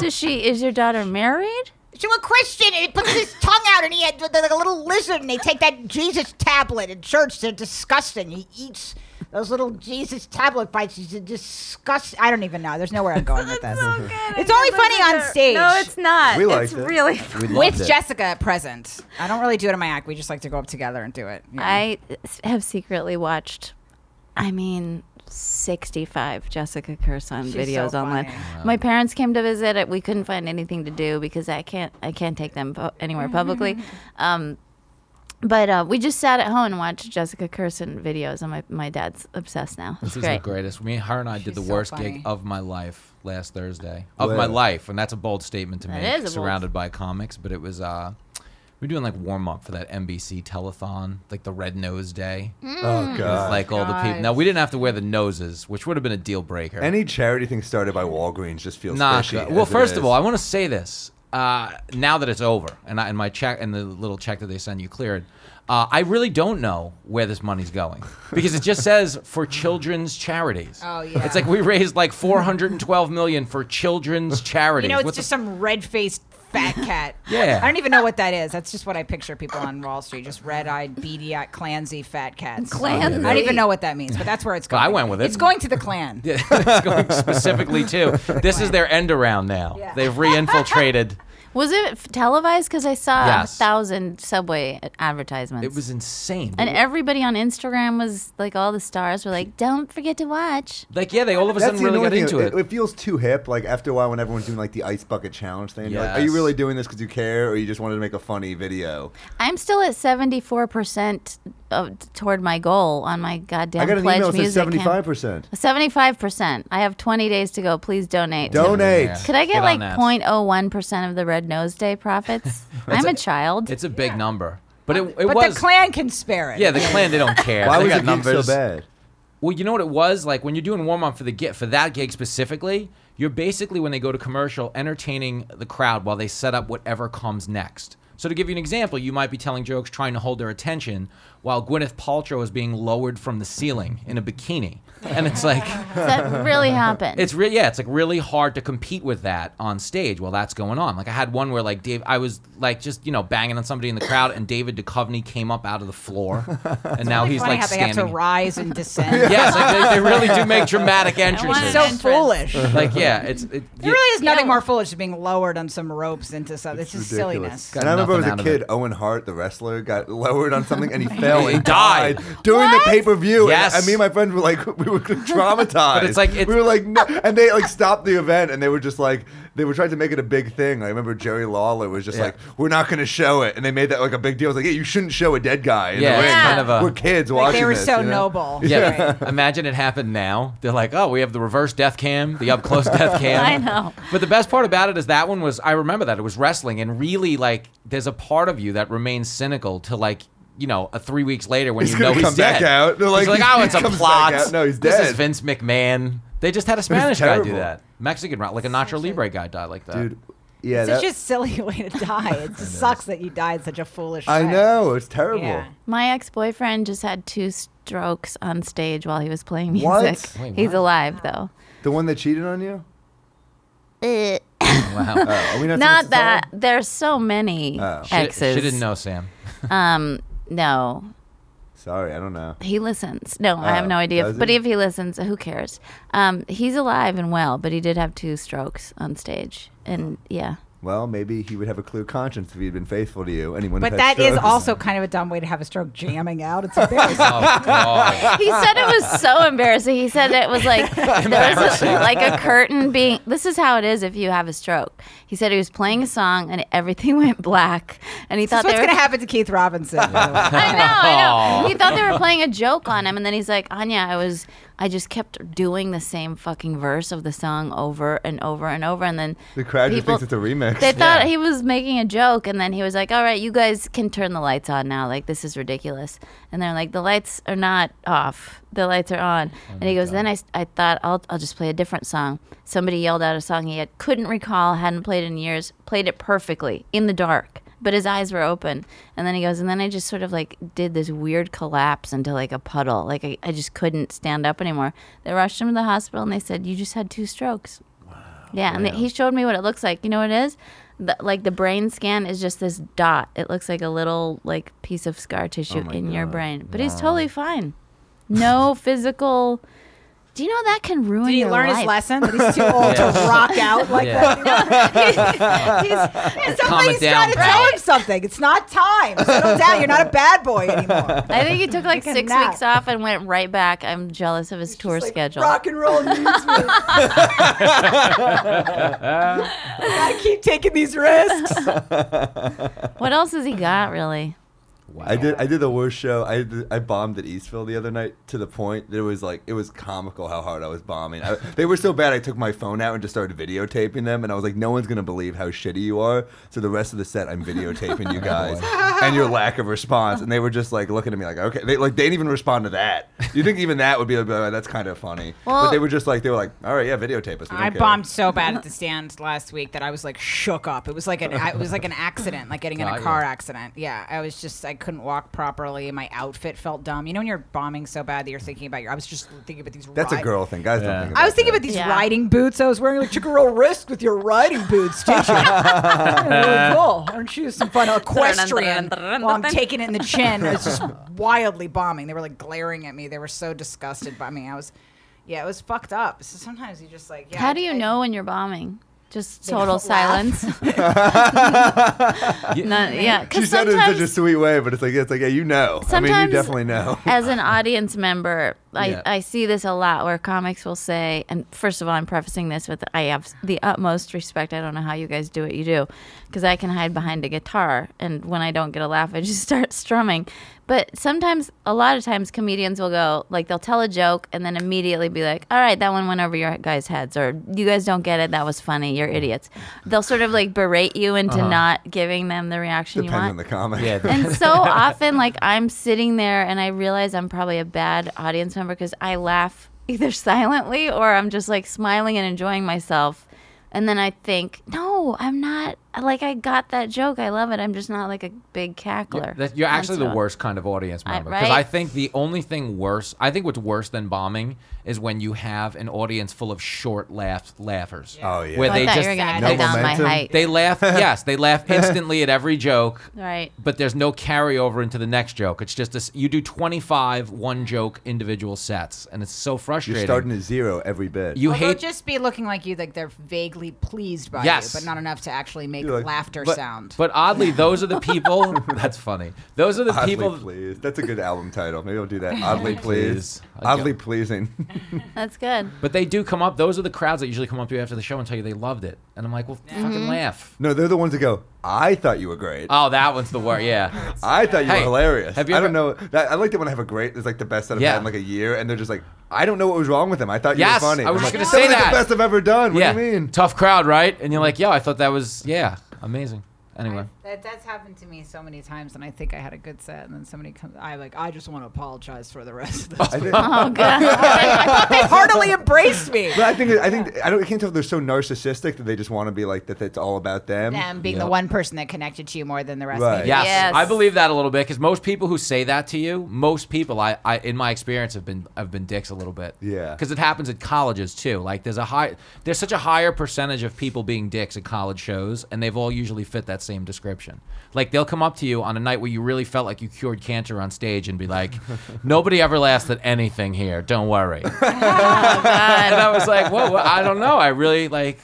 C: Does she? Is your daughter married?
F: To a Christian, and he puts his tongue out, and he had they're like a little lizard, and they take that Jesus tablet in church. They're disgusting. He eats those little Jesus tablet bites. He's a disgust. I don't even know. There's nowhere I'm going with this. It's only funny on stage.
C: No, it's not.
D: We
C: it's
D: liked it.
C: really.
E: We
F: with
E: loved it.
F: Jessica at present. I don't really do it in my act. We just like to go up together and do it. Yeah.
C: I have secretly watched, I mean, 65 Jessica Curson
F: She's
C: videos
F: so
C: online.
F: funny.
C: My parents came to visit. It. We couldn't find anything to do because I can't I can't take them pu- anywhere publicly. um, but uh, we just sat at home and watched Jessica Curson videos, and my, my dad's obsessed now. It's
E: This is
C: great.
E: the greatest. Me, her, and I did the
F: She's so
E: worst
F: funny.
E: gig of my life last Thursday. Of
D: Wow.
E: my life, and that's a bold statement to
C: That
E: make.
C: is a bold-
E: surrounded by comics, but it was. uh we were doing like warm up for that NBC telethon, like the Red Nose Day.
D: oh
E: It was
D: God.
E: like all the people. Now we didn't have to wear the noses, which would have been a deal breaker.
D: Any charity thing started by Walgreens just feels
E: Nah,
D: fishy.
E: good. Well,
D: as it
E: first
D: is.
E: of all, I want to say this. Uh, now that it's over, and I, and my check and the little check that they send you cleared, uh, I really don't know where this money's going because it just says for children's charities.
F: Oh, yeah.
E: It's like we raised like 412 million for children's
F: you
E: charities.
F: know, it's
E: What the
F: just some red-faced fat cat.
E: Yeah.
F: I don't even know what that is. That's just what I picture people on Wall Street, just red-eyed, beady-eyed, Klansy fat cats.
C: Klansy.
F: I don't even know what that means, but that's where it's going.
E: I went with it.
F: It's going to the Klan.
E: it's going specifically to. This is their end around now.
F: Yeah.
E: They've re-infiltrated.
C: Was it f- televised? Because I saw
E: Yes.
C: a thousand Subway advertisements.
E: It was insane.
D: Mm-hmm.
C: and everybody on Instagram was like, all the stars were like, don't forget to watch.
E: like yeah, they all of a
D: That's
E: sudden
D: the
E: really
D: annoying
E: got
D: thing.
E: into it.
D: it. feels too hip. Like after a while, when everyone's doing like the ice bucket challenge thing, you're like, are you
E: Yes.
D: really doing this because you care, or you just wanted to make a funny video?
C: I'm still at 74% of, toward my goal on my goddamn
D: I got an
C: pledge
D: email that says
C: music.
D: seventy five percent.
C: 75%. I have 20 days to go. Please donate.
D: Donate.
C: Could I get,
E: Get on
C: like
E: that.
C: 0.01% of the Red Nose Day profits? I'm a, child.
E: It's a big number, but it, it
F: but
E: was.
F: the Klan can spare it.
E: yeah, the Klan, they don't care.
D: Why
E: they
D: was
E: got
D: it
E: numbers.
D: numbers. so bad?
E: Well, you know what it was like when you're doing warm up for the gig for that gig specifically. You're basically when they go to commercial, entertaining the crowd while they set up whatever comes next. So to give you an example, you might be telling jokes, trying to hold their attention, while Gwyneth Paltrow is being lowered from the ceiling in a bikini. And it's like,
C: that really happened.
E: it's really yeah, it's like really hard to compete with that on stage while that's going on. Like I had one where like Dave, I was like just you know banging on somebody in the crowd, and David Duchovny came up out of the floor, and now
F: Really
E: he's
F: funny
E: like
F: how they have to
E: standing.
F: rise and descend.
E: Yes, like, they, they really do make dramatic entrances.
F: So
C: Entrance.
F: foolish. There
E: like yeah, it's it, yeah.
F: really is nothing
C: Yeah.
F: more foolish than being lowered on some ropes into something. It's, just silliness.
D: And I remember
E: nothing
D: as a
E: out of
D: kid,
E: it.
D: Owen Hart, the wrestler, got lowered on something and he fell
E: He
D: and
E: died.
D: died, during the pay per view.
E: Yes.
D: And, me and my friends were like, we were traumatized. But
E: it's like- it's-
D: we were like, no. And they like stopped the event and they were just like, they were trying to make it a big thing. I remember Jerry Lawler was just
E: Yeah.
D: like, we're not going to show it. And they made that like a big deal. It's like, yeah, you shouldn't show a dead guy. In
E: Yeah,
D: the
E: it's
D: ring.
E: kind of a-
D: We're kids
F: Like
D: watching
F: they were
D: this,
F: so
D: you know?
F: noble.
E: Yeah, imagine it happened now. They're like, oh, we have the reverse death cam, the up close death cam.
C: I know.
E: But the best part about it is that one was I remember that it was wrestling, and really like there's a part of you that remains cynical to like you know a three weeks later when
D: He's
E: you know
D: gonna
E: he's
D: come back
E: dead.
D: out. They're
E: He's
D: like,
E: like,
D: he-
E: oh,
D: he
E: it's a
D: comes back
E: plot.
D: out. No, he's
E: This is
D: dead.
E: Vince McMahon. They just had a Spanish guy do
D: terrible.
E: that. Mexican, like a Nacho Libre guy died like that.
D: Dude, yeah.
F: It's
D: That,
F: such a silly way to die. It just sucks that you died such a foolish
D: I
F: way.
D: know. It's terrible.
F: Yeah.
C: My ex boyfriend just had two strokes on stage while he was playing music.
D: What?
E: Wait,
C: He's
E: what?
C: alive though.
D: The one that cheated on you?
C: Eh,
E: wow.
D: Are we not, supposed
C: Not
D: to
C: that
D: tell
C: there's so many
D: Oh. She-
C: exes.
E: She didn't know, Sam.
C: Um, no,
D: him? Sorry, I don't know.
C: he listens. No, I have
D: Oh,
C: no idea.
D: does
C: But
D: he?
C: if he listens, who cares? Um, he's alive and well, but he did have two strokes on stage, and yeah.
D: Well, maybe he would have a clear conscience if he had been faithful to you. Anyone,
F: But that is also kind of a dumb way to have a stroke jamming out. It's embarrassing.
E: Oh, God.
C: He said it was so embarrassing. He said it was like there was a, like a curtain being. This is how it is if you have a stroke. He said he was playing a song and everything went black, and he
F: That's
C: thought
F: what's
C: they were.
F: going to happen to Keith Robinson. by the way.
C: I know, I know. He thought they were playing a joke on him, and then he's like, "Anya, I was, I just kept doing the same fucking verse of the song over and over and over, and then
D: The crowd just
C: people-
D: thinks it's a remix.
C: They
E: Yeah.
C: thought he was making a joke, and then he was like, "All right, you guys can turn the lights on now. Like this is ridiculous." And they're like, "The lights are not off. The lights are on." and he goes, "Then I, s- I thought I'll I'll just play a different song." Somebody yelled out a song he had, couldn't recall, hadn't played in years, played it perfectly in the dark, but his eyes were open. And then he goes, and then I just sort of like did this weird collapse into like a puddle. Like I, I just couldn't stand up anymore. They rushed him to the hospital, and they said, "You just had two strokes." Yeah, and he showed me what it looks like. You know what it is? The, like the brain scan is just this dot. It looks like a little like piece of scar
D: Oh
C: tissue in your brain, but he's totally fine. No physical. Do you know that can ruin
F: Did he
C: your
F: learn
C: life?
F: his lesson? That he's too old to rock out like
E: Yeah.
F: that. He's- he's- somebody's
E: it down,
F: trying to
E: pal.
F: tell him something. It's not time. Settle down. You're not a bad boy anymore.
C: I think he took like
F: Like a
C: six
F: nap.
C: weeks off and went right back. I'm jealous of his tour
F: It's like
C: schedule.
F: Rock and roll needs me. I keep taking these risks.
C: What else has he got really?
E: Wow.
D: I did. I did the worst show. I did- I bombed at Eastville the other night to the point that it was like it was comical how hard I was bombing. I, they were so bad. I took my phone out and just started videotaping them, and I was like, no one's gonna believe how shitty you are. So the rest of the set, I'm videotaping you guys and your lack of response. And they were just like looking at me like, okay, they like they didn't even respond to that. You think even that would be like, oh, that's kind of funny?
C: Well-
D: but they were just like, they were like, all right, yeah, videotape us. We don't
F: I
D: care."
F: bombed so bad at the stand last week that I was like shook up. It was like an I- it was like an accident, like getting in
E: Got
F: a
E: ya.
F: car accident. Yeah, I was just I couldn't walk properly. My outfit felt dumb. You know when you're bombing so bad that you're thinking about your. I was just thinking about these.
D: That's a
F: ri-
D: girl thing, guys.
E: Yeah.
D: Don't think
F: I was thinking about
D: that.
F: these
C: Yeah.
F: riding boots I was wearing. Like, took a real risk with your riding boots, did you? really cool. Aren't you some fun equestrian? while I'm taking it in the chin. It's just wildly bombing. They were like glaring at me. They were so disgusted by me. I was, yeah, it was fucked up. So sometimes you just like, yeah.
C: How do you
F: I-
C: know when you're bombing? Just
F: don't
C: total
F: laugh.
C: silence. None- yeah,
D: She
C: because
D: said it in such
C: sometimes
D: a sweet way, but it's like it's like yeah, you know. I mean, you
C: Sometimes-
D: definitely know.
C: as an audience member, I,
E: Yeah.
C: I see this a lot where comics will say, and first of all, I'm prefacing this with I have the utmost respect. I don't know how you guys do what you do because I can hide behind a guitar. And when I don't get a laugh, I just start strumming. But sometimes, a lot of times, comedians will go, like, they'll tell a joke and then immediately be like, all right, that one went over your guys' heads, or you guys don't get it. That was funny. You're idiots. They'll sort of like berate you into not giving them the reaction you
D: Depends
C: want
D: on the comic.
E: Yeah,
C: and so often like i'm sitting there and i realize i'm probably a bad audience member because i laugh either silently or i'm just like smiling and enjoying myself and then i think no No, I'm not. Like I got that joke. I love it. I'm just not like a big cackler.
E: That you're actually
C: That's
E: the
C: all.
E: worst kind of audience
C: I-
E: member because I
C: right?
E: think the only thing worse, I think what's worse than bombing is when you have an audience full of short laugh laughers.
D: Oh, yeah.
E: where
C: I
E: they
C: thought
E: just
C: you were gonna
F: sad.
C: go
F: No
C: down
D: momentum.
C: my height.
E: they laugh. yes, they laugh instantly at every joke.
C: right.
E: But there's no carryover into the next joke. It's just this. You do 25 one joke individual sets, and it's so
D: You're
E: frustrating.
D: starting at zero every bit.
E: you
F: Or they'll
E: hate
F: just be looking like you, like they're vaguely pleased by
E: Yes.
F: you, but not enough to actually make
D: You're like,
F: laughter
E: but,
F: sound.
E: But oddly, those are the people. that's funny. Those are the
D: Oddly
E: people.
D: pleased. That's a good album title. Maybe I'll do that. Oddly
E: Please.
D: pleased.
E: I
D: Oddly
E: don't-
D: pleasing.
C: That's good.
E: But they do come up. Those are the crowds that usually come up to you after the show and tell you they loved it. And I'm like, well, fucking laugh.
D: no, they're the ones that go. I thought you were great.
E: Oh, that one's the worst. Yeah.
D: I thought you
E: Hey,
D: were hilarious.
E: have you
D: I don't
E: ever-
D: know. That, I like it when I have a great. It's like the best that I've
E: Yeah.
D: had in like a year, and they're just like, I don't know what was wrong with him. I thought
E: Yes,
D: you were funny.
E: I was
D: I'm
E: just
D: like,
E: gonna say
D: was
E: that.
D: the best I've ever done. What
E: yeah.
D: do you mean?
E: Tough crowd, right? And you're like, yo, I thought that was yeah, amazing. Anyway.
F: That, that's happened to me so many times, and I think I had a good set, and then somebody comes. I like, I just want to apologize for the rest of this.
D: I think,
C: Oh god.
F: they heartily embraced me.
D: but I think I think I don't. I can't tell if they're so narcissistic that they just want to be like that. That's all about them.
F: Them being
E: Yeah.
F: the one person that connected to you more than the rest.
D: Right.
F: Of you.
E: Yes,
C: Yes.
E: I believe that a little bit because most people who say that to you, most people I, I in my experience have been have been dicks a little bit.
D: Yeah.
E: because it happens at colleges too. Like there's a high there's such a higher percentage of people being dicks at college shows, and they've all usually fit that same description. Like they'll come up to you on a night where you really felt like you cured cancer on stage and be like, "Nobody ever laughs at anything here. Don't worry." and I was like, "Whoa, wha- I don't know. I really like."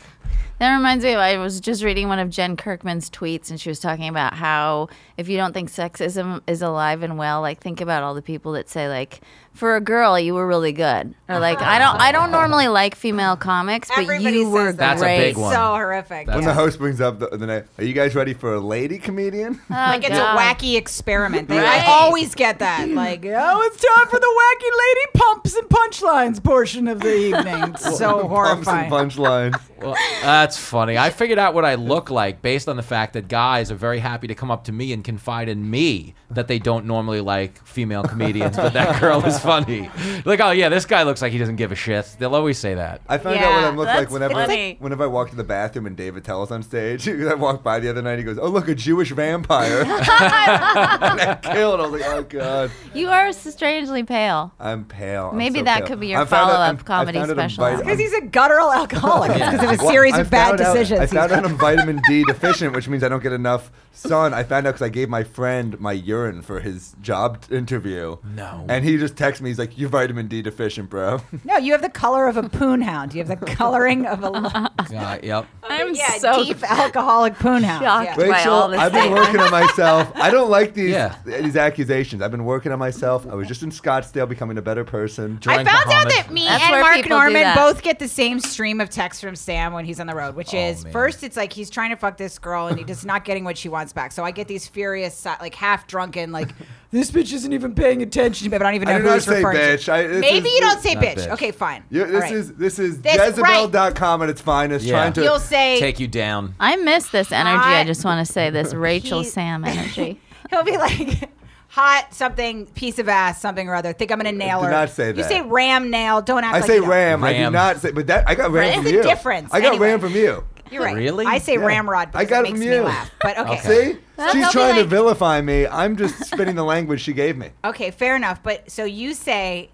C: That reminds me of I was just reading one of Jen Kirkman's tweets and she was talking about how if you don't think sexism is alive and well, like think about all the people that say like for a girl you were really good. Or like I don't I don't normally like female comics, but
F: Uh-huh. Everybody
C: you were
F: says that.
E: That's a big
C: great.
E: one.
F: So horrific.
E: That's
D: When
F: Yeah.
D: the host brings up the, the name, are you guys ready for a lady comedian?
C: Oh,
F: Like it's
C: God.
F: a wacky experiment. They,
C: Right.
F: I always get that. Like, oh, it's time for the wacky lady pumps and punchlines portion of the evening. It's
D: Pumps
F: so
D: and
F: horrifying.
D: punchlines.
E: Well, that's funny. I figured out what I look like based on the fact that guys are very happy to come up to me and confide in me that they don't normally like female comedians, but that girl is funny. Like, oh yeah, this guy looks like he doesn't give a shit. They'll always say that.
D: I found out what
F: Yeah,
D: I look like
C: that's
D: whenever
C: funny.
D: whenever I walk to the bathroom and David Tell's on stage. I walked by the other night. He goes, "Oh look, a Jewish vampire." and I killed. I was like, "Oh god,
C: You are strangely pale.
F: Oh,
D: I'm pale." I'm
C: Maybe
D: so
C: that
D: pale."
C: could be your
D: I found out
C: follow-up
D: I'm- I
C: comedy
D: found out I'm
C: special.
D: vit-
C: It's
F: Because
D: I'm-
F: he's a guttural alcoholic. It's because of a
D: Well,
F: series
D: I
F: of bad
D: found out-
F: decisions.
D: I
F: he's
D: found out I'm vitamin D deficient, which means I don't get enough sun. I found out because I gave my friend my urine for his job t- interview.
E: No.
D: And he just texted me. He's like, "You're vitamin D deficient, bro."
F: No, you have the color of a poonhound. You have the coloring of a lo-
E: Uh, yep.
C: I'm
F: yeah,
C: so
F: deep alcoholic poonhound.
C: shocked
F: Yeah.
C: by all
D: Rachel,
C: this.
D: I've been working on myself. I don't like these
E: Yeah.
D: these accusations. I've been working on myself. I was just in Scottsdale, becoming a better person.
F: I
E: During
F: found out
E: Bahamas-
F: that me
C: That's
F: and
C: where
F: Mark
C: people do
F: Norman
C: that.
F: both get the same stream of texts from Sam when he's on the road, which is
E: Oh, man.
F: first it's like he's trying to fuck this girl and he just not getting what she wants back. So I get these furious, si- like half drunken, like this bitch isn't even paying attention, but I don't even know
D: I do
F: who
D: not
F: it's
D: say
F: referring
D: bitch.
F: to.
D: I, this
F: Maybe
D: is-
F: you don't say
E: Not
F: bitch.
E: bitch.
F: Okay, fine.
D: You-
F: All
D: this
F: right.
D: is this is
F: This-
D: Jezebel.com at its finest.
E: Yeah.
D: Trying to
F: You'll say
E: Take you down.
C: I miss this energy. I
F: Hot.
C: just want to say this Rachel
F: He-
C: Sam energy.
F: He'll be like, hot something, piece of ass, something or other. Think I'm gonna nail
D: Do
F: her.
D: not say
F: You
D: that.
F: say ram nail. Don't act.
D: I
F: like
D: say
F: you don't.
D: ram. I do
E: Ram.
D: not say. But that I got ram
F: What's
D: from
F: the
D: you.
F: difference?
D: I got
F: Anyway.
D: ram from you.
F: You're right.
E: Really?
F: I say
D: Yeah.
F: ramrod.
D: I
F: Because
D: got
F: it
D: it
F: makes
D: from
F: me
D: you.
F: laugh. But okay.
D: See, she's
C: they'll be
D: trying to
C: like-
D: vilify me. I'm just spitting the language she gave me.
F: Okay, fair enough. But so you say,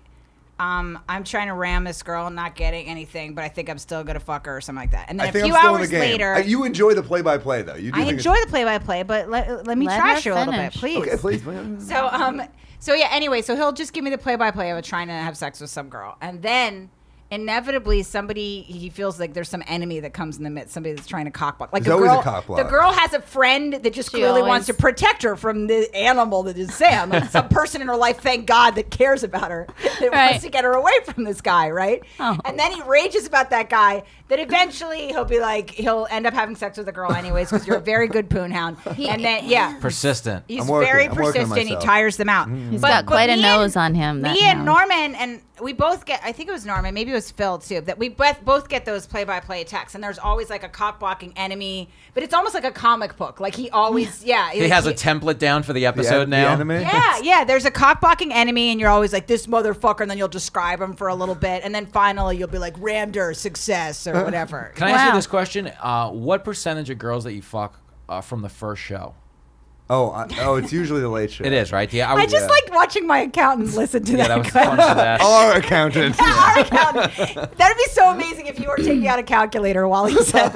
F: um, I'm trying to ram this girl, not getting anything, but I think I'm still gonna fuck her or something like that. And then
D: I
F: a
D: think
F: few
D: I'm still in
F: hours
D: the game.
F: later,
D: I- you enjoy the play-by-play though. You do
F: I
D: think it's-
F: enjoy the play-by-play, but let, let me
C: Let her
F: trash you a little bit,
C: finish.
F: please.
D: Okay, please. man.
F: So um so yeah, anyway, so he'll just give me the play by play of trying to have sex with some girl. And then inevitably somebody he feels like there's some enemy that comes in the midst, somebody that's trying to cockblock.
D: There's
F: Like the
D: always a
F: girl
D: cockblock.
F: the girl has a friend that just
C: She
F: clearly
C: always-
F: wants to protect her from the animal that is Sam. Like some person in her life, thank God, that cares about her. That
C: Right. Oh.
F: wants to get her away from this guy, right? And then he rages about that guy that eventually he'll be like he'll end up having sex with a girl anyways because you're a very good poonhound. and then yeah.
E: Persistent.
F: He's
D: I'm working.
F: very
D: I'm working on
F: persistent. He
D: myself.
E: Mm-hmm.
F: tires them out. He's
C: got quite a nose on him,
F: Me
C: that
F: and
C: hound.
F: Norman and we both get. I think it was Norman. Maybe it was goes Phil too. That we both both get those play by play texts, and there's always like a cop walking enemy, but it's almost like a comic book. Like he always, yeah,
E: He has a template down for the episode
D: the
E: now.
D: anime?
F: yeah, yeah. There's a cock blocking enemy, and you're always like this motherfucker, and then you'll describe him for a little bit, and then finally you'll be like Ramder success or whatever.
E: Can I ask you
C: Wow.
E: this question? Uh, what percentage of girls that you fuck uh, from the first show?
D: Oh, I, oh, it's usually the late show.
E: It is right. Oh, Yeah,
F: I
E: would-
F: just liked watching my accountant listen to
E: Yeah, that
F: that.
E: was fun for that.
D: Our accountant.
F: Our accountant. That'd be so amazing if you were taking out a calculator while he said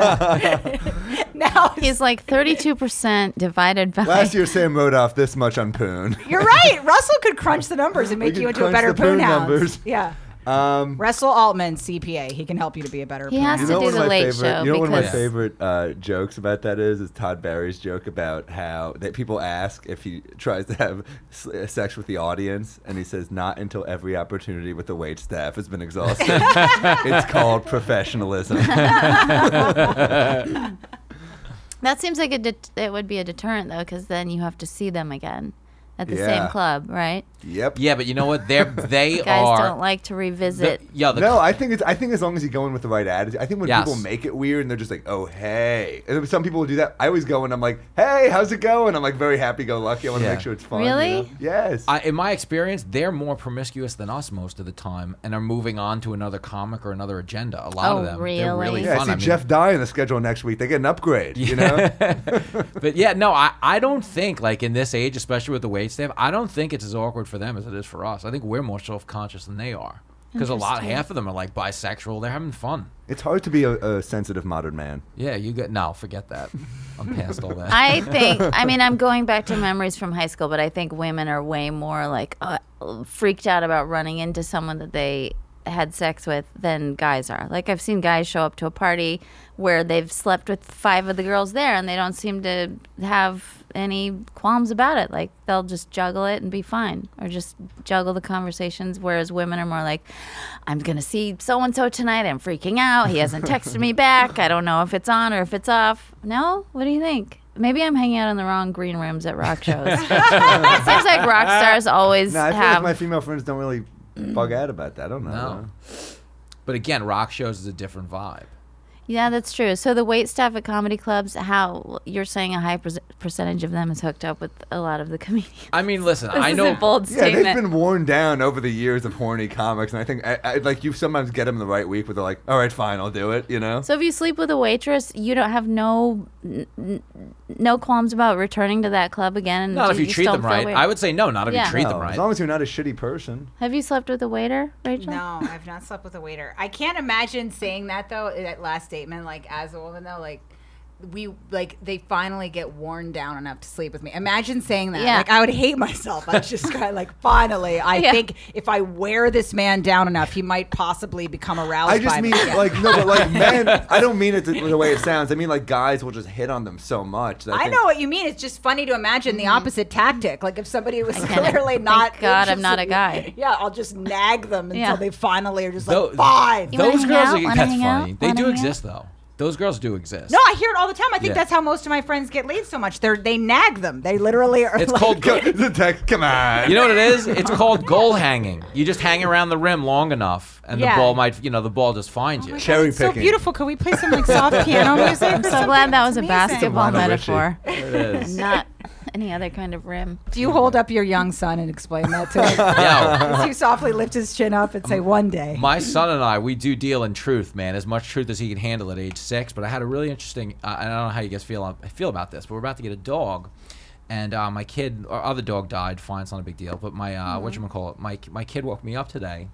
F: that. now
C: He's like 32% divided by.
D: Last year, Sam Modoff this much on Poon.
F: you're right. Russell could crunch the numbers and
D: We
F: make
D: could
F: you into a
D: crunch
F: better
D: the Boone
F: poon hound.
D: numbers.
F: Yeah.
D: Um,
F: Russell Altman, CPA. He can help you to be a better
C: He
F: poon
C: has
F: hound.
C: to do
D: one of
C: the
D: my
C: late
D: favorite,
C: show
D: You know, one of my
C: because-
D: favorite uh, jokes about that is is Todd Barry's joke about how that people ask if he tries to have s- uh, sex with the audience, and he says not until every opportunity with the wait staff has been exhausted. it's called professionalism.
C: That seems like a det- it would be a deterrent though, because then you have to see them again at the
D: Yeah.
C: same club, right?
D: yep.
E: Yeah, but you know what? They're they
C: Guys
E: are.
C: don't like to
E: the,
C: revisit.
E: yeah, the
D: No, I think it's. I think as long as you go in with the right attitude, I think when
E: Yes.
D: people make it weird and they're just like, "Oh hey," and some people will do that. I always go and I'm like, "Hey, how's it going?" I'm like very happy-go-lucky. I want to
E: Yeah.
D: make sure it's fun. you
C: Really?
D: know? Yes.
E: I, in my experience, they're more promiscuous than us most of the time, and are moving on to another comic or another agenda. A lot
C: Oh,
E: of them, they're
C: really?
E: really
D: yeah, I
E: fun.
D: see
E: I mean,
D: Jeff Dye on the schedule next week. They get an upgrade. You know,
E: but yeah, no, I, I don't think like in this age, especially with the wait staff, I don't think it's as awkward for them as it is for us. I think we're more self conscious than they are because a lot, half of them are like bisexual. They're having fun.
D: it's hard to be a, a sensitive modern man.
E: Yeah, you get no, forget that. I'm past all that.
C: I think. I mean, I'm going back to memories from high school, but I think women are way more like uh, freaked out about running into someone that they had sex with than guys are. Like I've seen guys show up to a party where they've slept with five of the girls there, and they don't seem to have any qualms about it. Like they'll just juggle it and be fine, or just juggle the conversations. Whereas women are more like, "I'm gonna see so and so tonight. I'm freaking out. He hasn't texted me back. I don't know if it's on or if it's off." No, what do you think? Maybe I'm hanging out in the wrong green rooms at rock shows. Seems like rock stars always
D: No, I feel
C: have.
D: like my female friends don't really bug out about that. I don't know.
E: No. But again, rock shows is a different vibe.
C: yeah, that's true. So the wait staff at comedy clubs, how you're saying a high pres percentage of them is hooked up with a lot of the comedians.
E: I mean, listen,
C: This
E: I
C: is
E: know.
C: a bold
D: Yeah,
C: statement.
D: they've been worn down over the years of horny comics, and I think I, I, like you sometimes get them the right week where they're like, "All right, fine, I'll do it." You know.
C: So if you sleep with a waitress, you don't have no n- n- no qualms about returning to that club again. And
E: not
C: you,
E: if you
C: just
E: treat
C: don't
E: them
C: feel
E: right.
C: weird.
E: I would say no, not if
C: Yeah.
E: you treat
D: No,
E: them
D: Oh, As
E: right.
D: long as you're not a shitty person.
C: have you slept with a waiter, Rachel?
F: No, I've not slept with a waiter. I can't imagine saying that though. That last statement, like as a woman though, like we like they finally get worn down enough to sleep with me. Imagine saying that.
C: Yeah.
F: Like I would hate myself. I just kind of like finally. I
C: Yeah.
F: think if I wear this man down enough, he might possibly become aroused.
D: I just
F: by
D: mean
F: me. Yeah.
D: like no, but like men. I don't mean it the, the way it sounds. I mean like guys will just hit on them so much. That
F: I
D: think-
F: know what you mean. It's just funny to imagine the opposite tactic. Like if somebody was
C: Mm-hmm. I get it.
F: clearly
C: Thank
F: not.
C: God I'm not a
F: interested-
C: guy.
F: Yeah, I'll just nag them until
C: Yeah.
F: they finally are just
E: Tho-
F: like, fine.
C: You wanna
E: Those
C: hang
E: girls,
C: out?
E: are-
C: Wanna
E: that's
C: hang out?
E: funny. They
C: Wanna
E: do
C: hang
E: exist though. Those girls do exist.
F: No, I hear it all the time. I think
E: Yeah.
F: that's how most of my friends get leads so much. They they nag them. They literally are.
E: it's
F: like,
E: called. Go-
D: the text. Come on.
E: you know what it is? It's called goal hanging. You just hang around the rim long enough, and
F: Yeah.
E: the ball might, you know, the ball just
C: Oh
E: finds you.
D: cherry
F: So
D: picking.
F: beautiful. Could we play some like soft piano music?
C: I'm so glad that was a basketball
D: Lionel Richie.
C: metaphor,
E: There it is.
C: and not any other kind of rim.
F: Do you hold up your young son and explain that to him?
E: Yo,
F: Does he softly lift his chin up and say, "One day"?
E: my son and I, we do deal in truth, man. As much truth as he can handle at age six. But I had a really interesting. Uh, I don't know how you guys feel feel about this, but we're about to get a dog, and uh, my kid, our other dog died. Fine, it's not a big deal. But my uh, what you call it? My my kid woke me up today,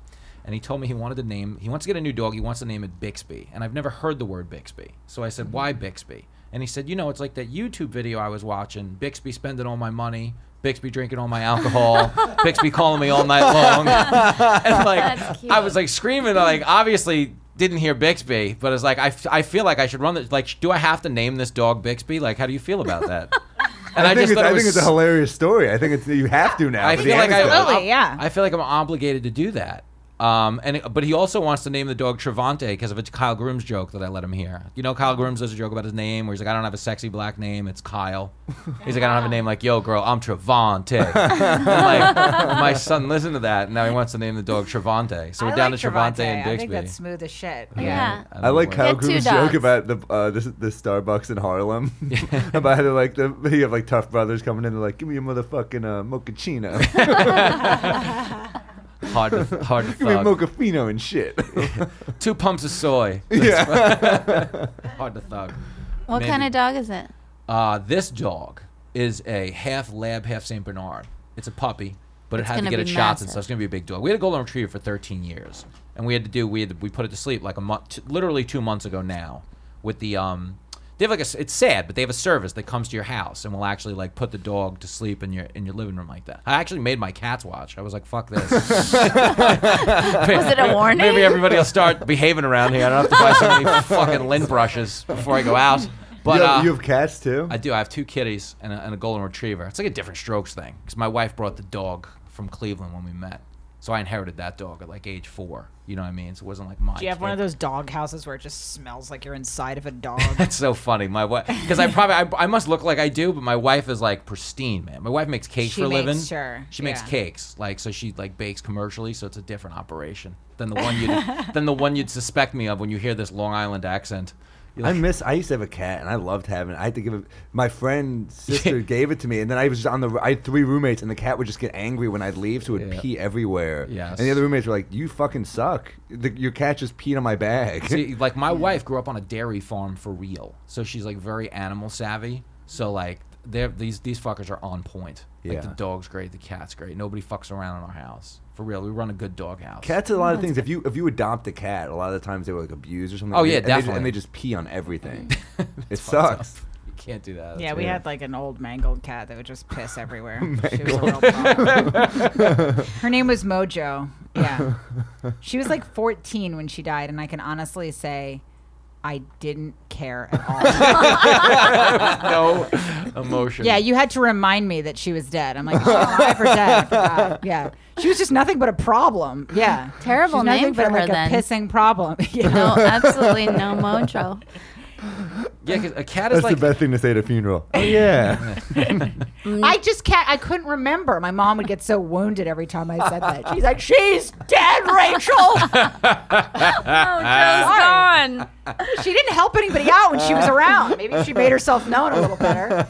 E: and he told me he wanted to name. He wants to get a new dog. He wants to name it Bixby, and I've never heard the word Bixby. So I said, why Bixby? And he said, you know, it's like that YouTube video I was watching. Bixby spending all my money. Bixby drinking all my alcohol. Bixby calling me all night long. and
C: That's
E: like
C: cute.
E: I was like screaming like obviously didn't hear Bixby, but it's like I, f- I feel like I should run the like do I have to name this dog Bixby? Like how do you feel about that? And
D: I, think, it's,
E: thought
D: I
E: it
D: think it's a hilarious story. I think it's you have to now.
E: I
D: for the
E: feel like I
D: anecdote.
F: Absolutely, yeah.
E: I feel like I'm obligated to do that. Um, and it- but he also wants to name the dog Trevante because of a Kyle Grooms joke that I let him hear. You know, Kyle Grooms does a joke about his name where he's like, I don't have a sexy black name. It's Kyle. He's like, I don't have a name like, yo, girl, I'm Trevante. And, like, my son listened to that, and now he wants to name the dog Trevante. So we're
F: I
E: down
F: like
E: to Trevante
F: Trevante.
E: and
F: I think
E: Bixby.
F: that's smooth as shit.
C: Yeah.
E: don't
D: I
E: know
D: like
E: what-
D: Kyle
C: Get two
D: Groom's joke
C: dogs.
D: about the uh, this the Starbucks in Harlem. about how they're like the you have like tough brothers coming in. They're like, give me a motherfucking uh, mochaccino,
E: hard to, hard to
D: give me a
E: thug.
D: mochaffino and shit.
E: Two pumps of soy.
D: yeah,
E: hard to thug.
C: What
E: Maybe.
C: kind of dog is it?
E: Uh, this dog is a half lab, half Saint Bernard. It's a puppy, but it
C: It's
E: had to
C: gonna
E: get
C: be
E: its shots and
C: massive.
E: stuff. It's gonna be a big dog. We had a golden retriever for 13 years, and we had to do we had, we put it to sleep like a month, t- literally two months ago now, with the um. They have like a, s- it's sad, but they have a service that comes to your house and will actually like put the dog to sleep in your in your living room like that. I actually made my cats watch. I was like, "Fuck this." was
C: it a warning?
E: Maybe everybody will start behaving around here. I don't have to buy so many fucking lint brushes before I go out. But
D: you,
E: uh,
D: have, you have cats too.
E: I do. I have two kitties and a, and a golden retriever. It's like a different strokes thing because my wife brought the dog from Cleveland when we met, so I inherited that dog at like age four. You know what I mean? So it wasn't like mine.
F: Do you have one of those dog houses where it just smells like you're inside of a dog?
E: That's so funny. My wife, because I probably I, I must look like I do, but my wife is like pristine, man. My wife makes cakes
F: She
E: for a
F: makes-
E: living.
F: sure,
E: She makes
F: yeah.
E: cakes, like so she like bakes commercially, so it's a different operation than the one you would than the one you'd suspect me of when you hear this Long Island accent. You're
D: I
E: like,
D: miss. I used to have a cat, and I loved having. it. I had to give it. My friend's sister gave it to me, and then I was just on the. I had three roommates, and the cat would just get angry when I'd leave, so it would
E: Yeah.
D: pee everywhere.
E: Yes.
D: And the other roommates were like, "You fucking suck. The, your cat just peed on my bag."
E: See, like my wife grew up on a dairy farm for real, so she's like very animal savvy. So like, they're, these these fuckers are on point. Like the
D: Yeah.
E: dog's great, the cat's great. Nobody fucks around in our house for real. We run a good dog house.
D: Cats are a lot of things. If you if you adopt a cat, a lot of the times they were like abused or something.
E: Oh,
D: and
E: yeah,
D: they, and they just-
E: definitely.
D: And they just pee on everything. it sucks.
E: you can't do that.
F: yeah,
E: That's
F: we
E: weird.
F: had like an old mangled cat that would just piss everywhere. she was a real problem. Her name was Mojo. Yeah. She was like 14 when she died, and I can honestly say I didn't care at all.
E: no emotion.
F: yeah, you had to remind me that she was dead. I'm like, oh, I forgot. I forgot. Yeah. She was just nothing but a problem. Yeah.
C: Terrible
F: She's
C: name
F: nothing but
C: for her,
F: like a
C: then.
F: pissing problem. yeah.
C: No, absolutely no mojo.
E: yeah. 'cause a cat is
D: That's
E: like
D: the best thing to say at a funeral. Oh yeah.
F: I just can't. I couldn't remember. My mom would get so wounded every time I said that. She's like, "She's dead, Rachel."
C: Mojo's gone.
F: she didn't help anybody out when she was around. Maybe she made herself known a little better.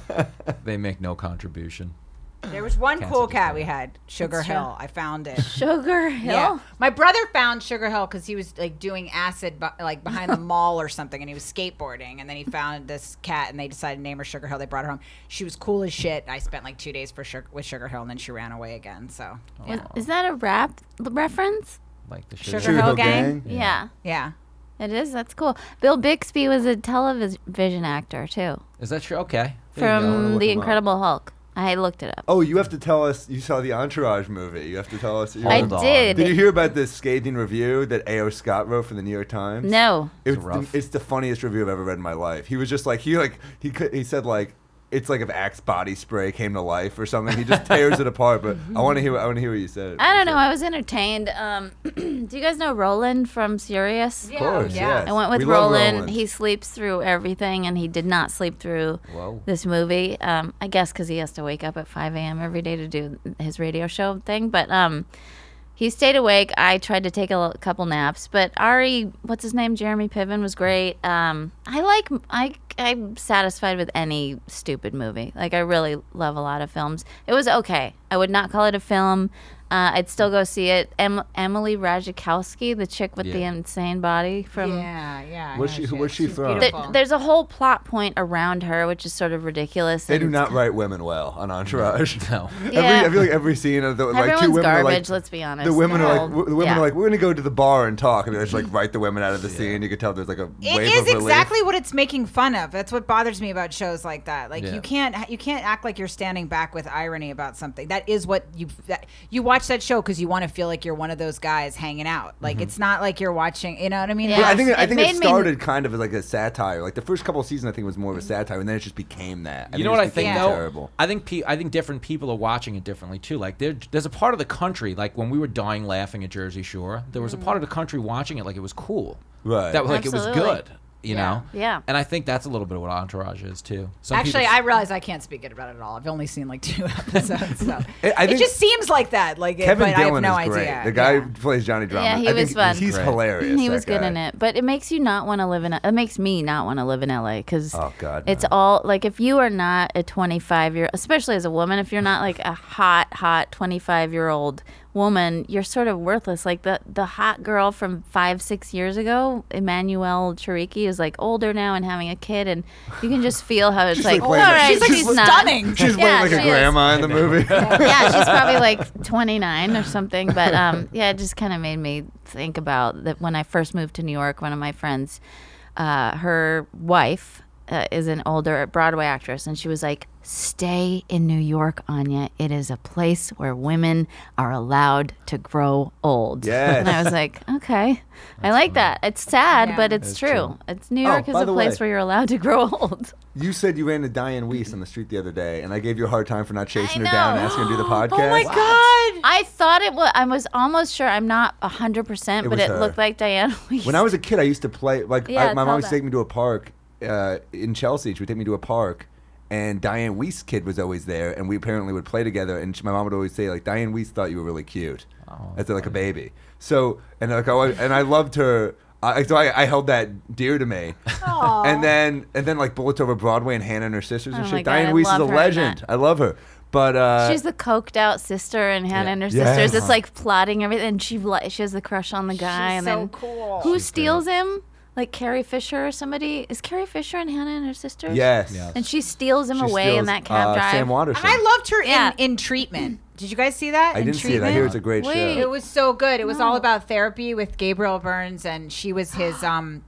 E: they make no contribution.
F: There was one
E: Cats are
F: cool
E: just
F: cat
E: bad.
F: we had, Sugar
C: That's true.
F: Hill. I found it.
C: Sugar Hill.
F: Yeah. My brother found Sugar Hill because he was like doing acid, bu- like behind the mall or something, and he was skateboarding. And then he found this cat, and they decided to name her Sugar Hill. They brought her home. She was cool as shit. I spent like two days for Sugar- with Sugar Hill, and then she ran away again. So
C: Was- Is that a rap reference?
E: Like the sugar.
F: Sugar, Hill,
D: Hill
F: Gang.
D: Gang?
C: Yeah.
F: Yeah.
C: It is. That's cool. Bill Bixby was a television actor too,
E: Is that true? Okay. There you go.
C: from
D: look
C: The
D: him up.
C: Incredible Hulk. I looked it up.
D: Oh, you have to tell us. You saw the Entourage movie. You have to tell us.
C: I
E: hold on.
C: did.
D: Did you hear about this scathing review that A.O. Scott wrote for the New York Times?
C: no.
D: It
E: It's
D: was the-
E: rough.
D: it's the funniest review I've ever read in my life. He was just like he like he could he said like it's like if Axe body spray came to life or something. He just tears it apart. But I want to hear I want to hear what you said.
C: I don't know. I was entertained. Um, do you guys know Roland from Sirius?
D: Of course,
F: Yeah.
D: yes.
C: I went with
D: We love
C: Roland. He sleeps through everything, and he did not sleep through
E: Whoa.
C: this movie. Um, I guess because he has to wake up at 5 a.m. every day to do his radio show thing. But um, he stayed awake. I tried to take a l- couple naps, but Ari, what's his name, Jeremy Piven was great. Um, I like I I'm satisfied with any stupid movie. Like I really love a lot of films. It was okay. I would not call it a film. Uh, I'd still go see it. Em- Emily Ratajkowski, the chick with the
E: Yeah.
C: insane body from
F: Yeah, yeah. I
D: Where's
F: know
D: she- where's she
F: she's
D: from?
C: there-
F: beautiful.
C: there's a whole plot point around her, which is sort of ridiculous.
D: They do
C: and-
D: not write women well on Entourage.
E: No.
C: Yeah.
D: Every, I feel like every scene of the like two
C: Everyone's
D: women are like
C: garbage, let's be honest.
D: the women are
C: They're all-
D: like w- the women
C: yeah.
D: are like we're gonna go to the bar and talk and they just like write the women out of the scene. You could tell there's like a
F: It
D: wave
F: is
D: of relief.
F: exactly what it's making fun of. That's what bothers me about shows like that. Like
E: Yeah.
F: you can't you can't act like you're standing back with irony about something. That is what you that, you watch watch that show because you want to feel like you're one of those guys hanging out. Like
D: Mm-hmm.
F: it's not like you're watching. You know what I mean?
C: Yeah.
D: Yeah, I think
C: It
D: it, I think
C: made
D: it
C: me-
D: started kind of as like a satire. Like the first couple of seasons, I think it was more of a satire, and then it just became that.
E: you know what I think
F: became
E: though?
D: Terrible.
E: I think pe- I think different people are watching it differently too. Like there, there's a part of the country like when we were dying laughing at Jersey Shore, there was a part of the country watching it like it was cool.
D: Right.
E: That like it was
C: Absolutely.
E: good. You know.
C: Yeah.
E: And I think that's a little bit of what Entourage is too. Some
F: Actually,
E: people-
F: I realize I can't speak good about it at all. I've only seen like two episodes, so
D: I- I
F: it
D: think-
F: just seems like that. Like, it,
D: Kevin
F: but I have
D: Dillon
F: no
D: is great.
F: idea.
D: The guy
F: Yeah.
D: who plays Johnny Drama.
C: Yeah, he
D: I think
C: was fun.
D: He's
E: Great.
D: hilarious.
C: he
D: that
C: was good
D: guy.
C: in it, but it makes you not want to live in. It makes me not want to live in LA because
D: Oh, God,
C: it's
D: no.
C: all like if you are not a 25 year, especially as a woman, if you're not like a hot, hot 25 year old woman, you're sort of worthless. Like the the hot girl from five, six years ago, Emmanuel Chariki, is like older now and having a kid, and you can just feel how it's
D: She's
C: like,
D: like, wait a
C: all
D: minute.
C: right,
D: She's,
F: like,
C: not.
F: stunning.
C: Yeah,
D: She's playing like
C: she
D: a
C: is.
D: grandma in the movie.
C: yeah, she's probably like 29 or something. But um, yeah, it just kind of made me think about that when I first moved to New York, one of my friends, uh, her wife uh, is an older Broadway actress, and she was like, Stay in New York, Anya. It is a place where women are allowed to grow old.
D: Yes.
C: And I was like, Okay, I like that. It's sad,
F: Yeah.
C: but it's true. It's New
D: Oh,
C: York is
D: by
C: a
D: the
C: place
D: way-
C: where you're allowed to grow old.
D: You said you ran into Diane Weiss on the street the other day, and I gave you a hard time for not chasing her
C: know.
D: down and asking her to do the podcast.
F: Oh my god!
C: I thought it was. I was almost sure. I'm not hundred percent,
D: It
C: but
D: was
C: it
D: her.
C: looked like Diane. Weiss.
D: When I was a kid, I used to play. Like
C: Yeah,
D: I, my
C: tell
D: mom used to
C: that.
D: take me to a park uh, in Chelsea. She would take me to a park, and Diane Weiss' kid was always there, and we apparently would play together. And she, my mom would always say, like, Diane Weiss thought you were really cute as like a baby. So and like I always- and I loved her. I, so I, I held that dear to me, and then and then like Bullets Over Broadway and Hannah and her sisters and
C: Oh my
D: shit.
C: God, I
D: Diane Weiss is
C: love
D: a
C: her in
D: legend.
C: that.
D: I love her, but uh,
C: she's the coked out sister and Hannah and her
D: Yes.
C: sisters. It's like plotting everything. And she li- she has the crush on the guy. and
F: so
C: then
F: cool.
C: Who steals him? Like Carrie Fisher or somebody? Is Carrie Fisher and Hannah and her sisters?
D: yes,
E: Yeah.
C: And she steals him
D: She
C: away
D: steals,
C: in that cab
D: uh,
C: drive.
D: Sam Watterson.
F: And I loved her
C: Yeah.
F: in in treatment. Did you guys see that?
D: I
F: in
D: didn't see it.
F: treatment?
D: I hear it's a great
C: Wait.
D: show.
F: It was so good. It was all about therapy with Gabriel Burns, and she was his um,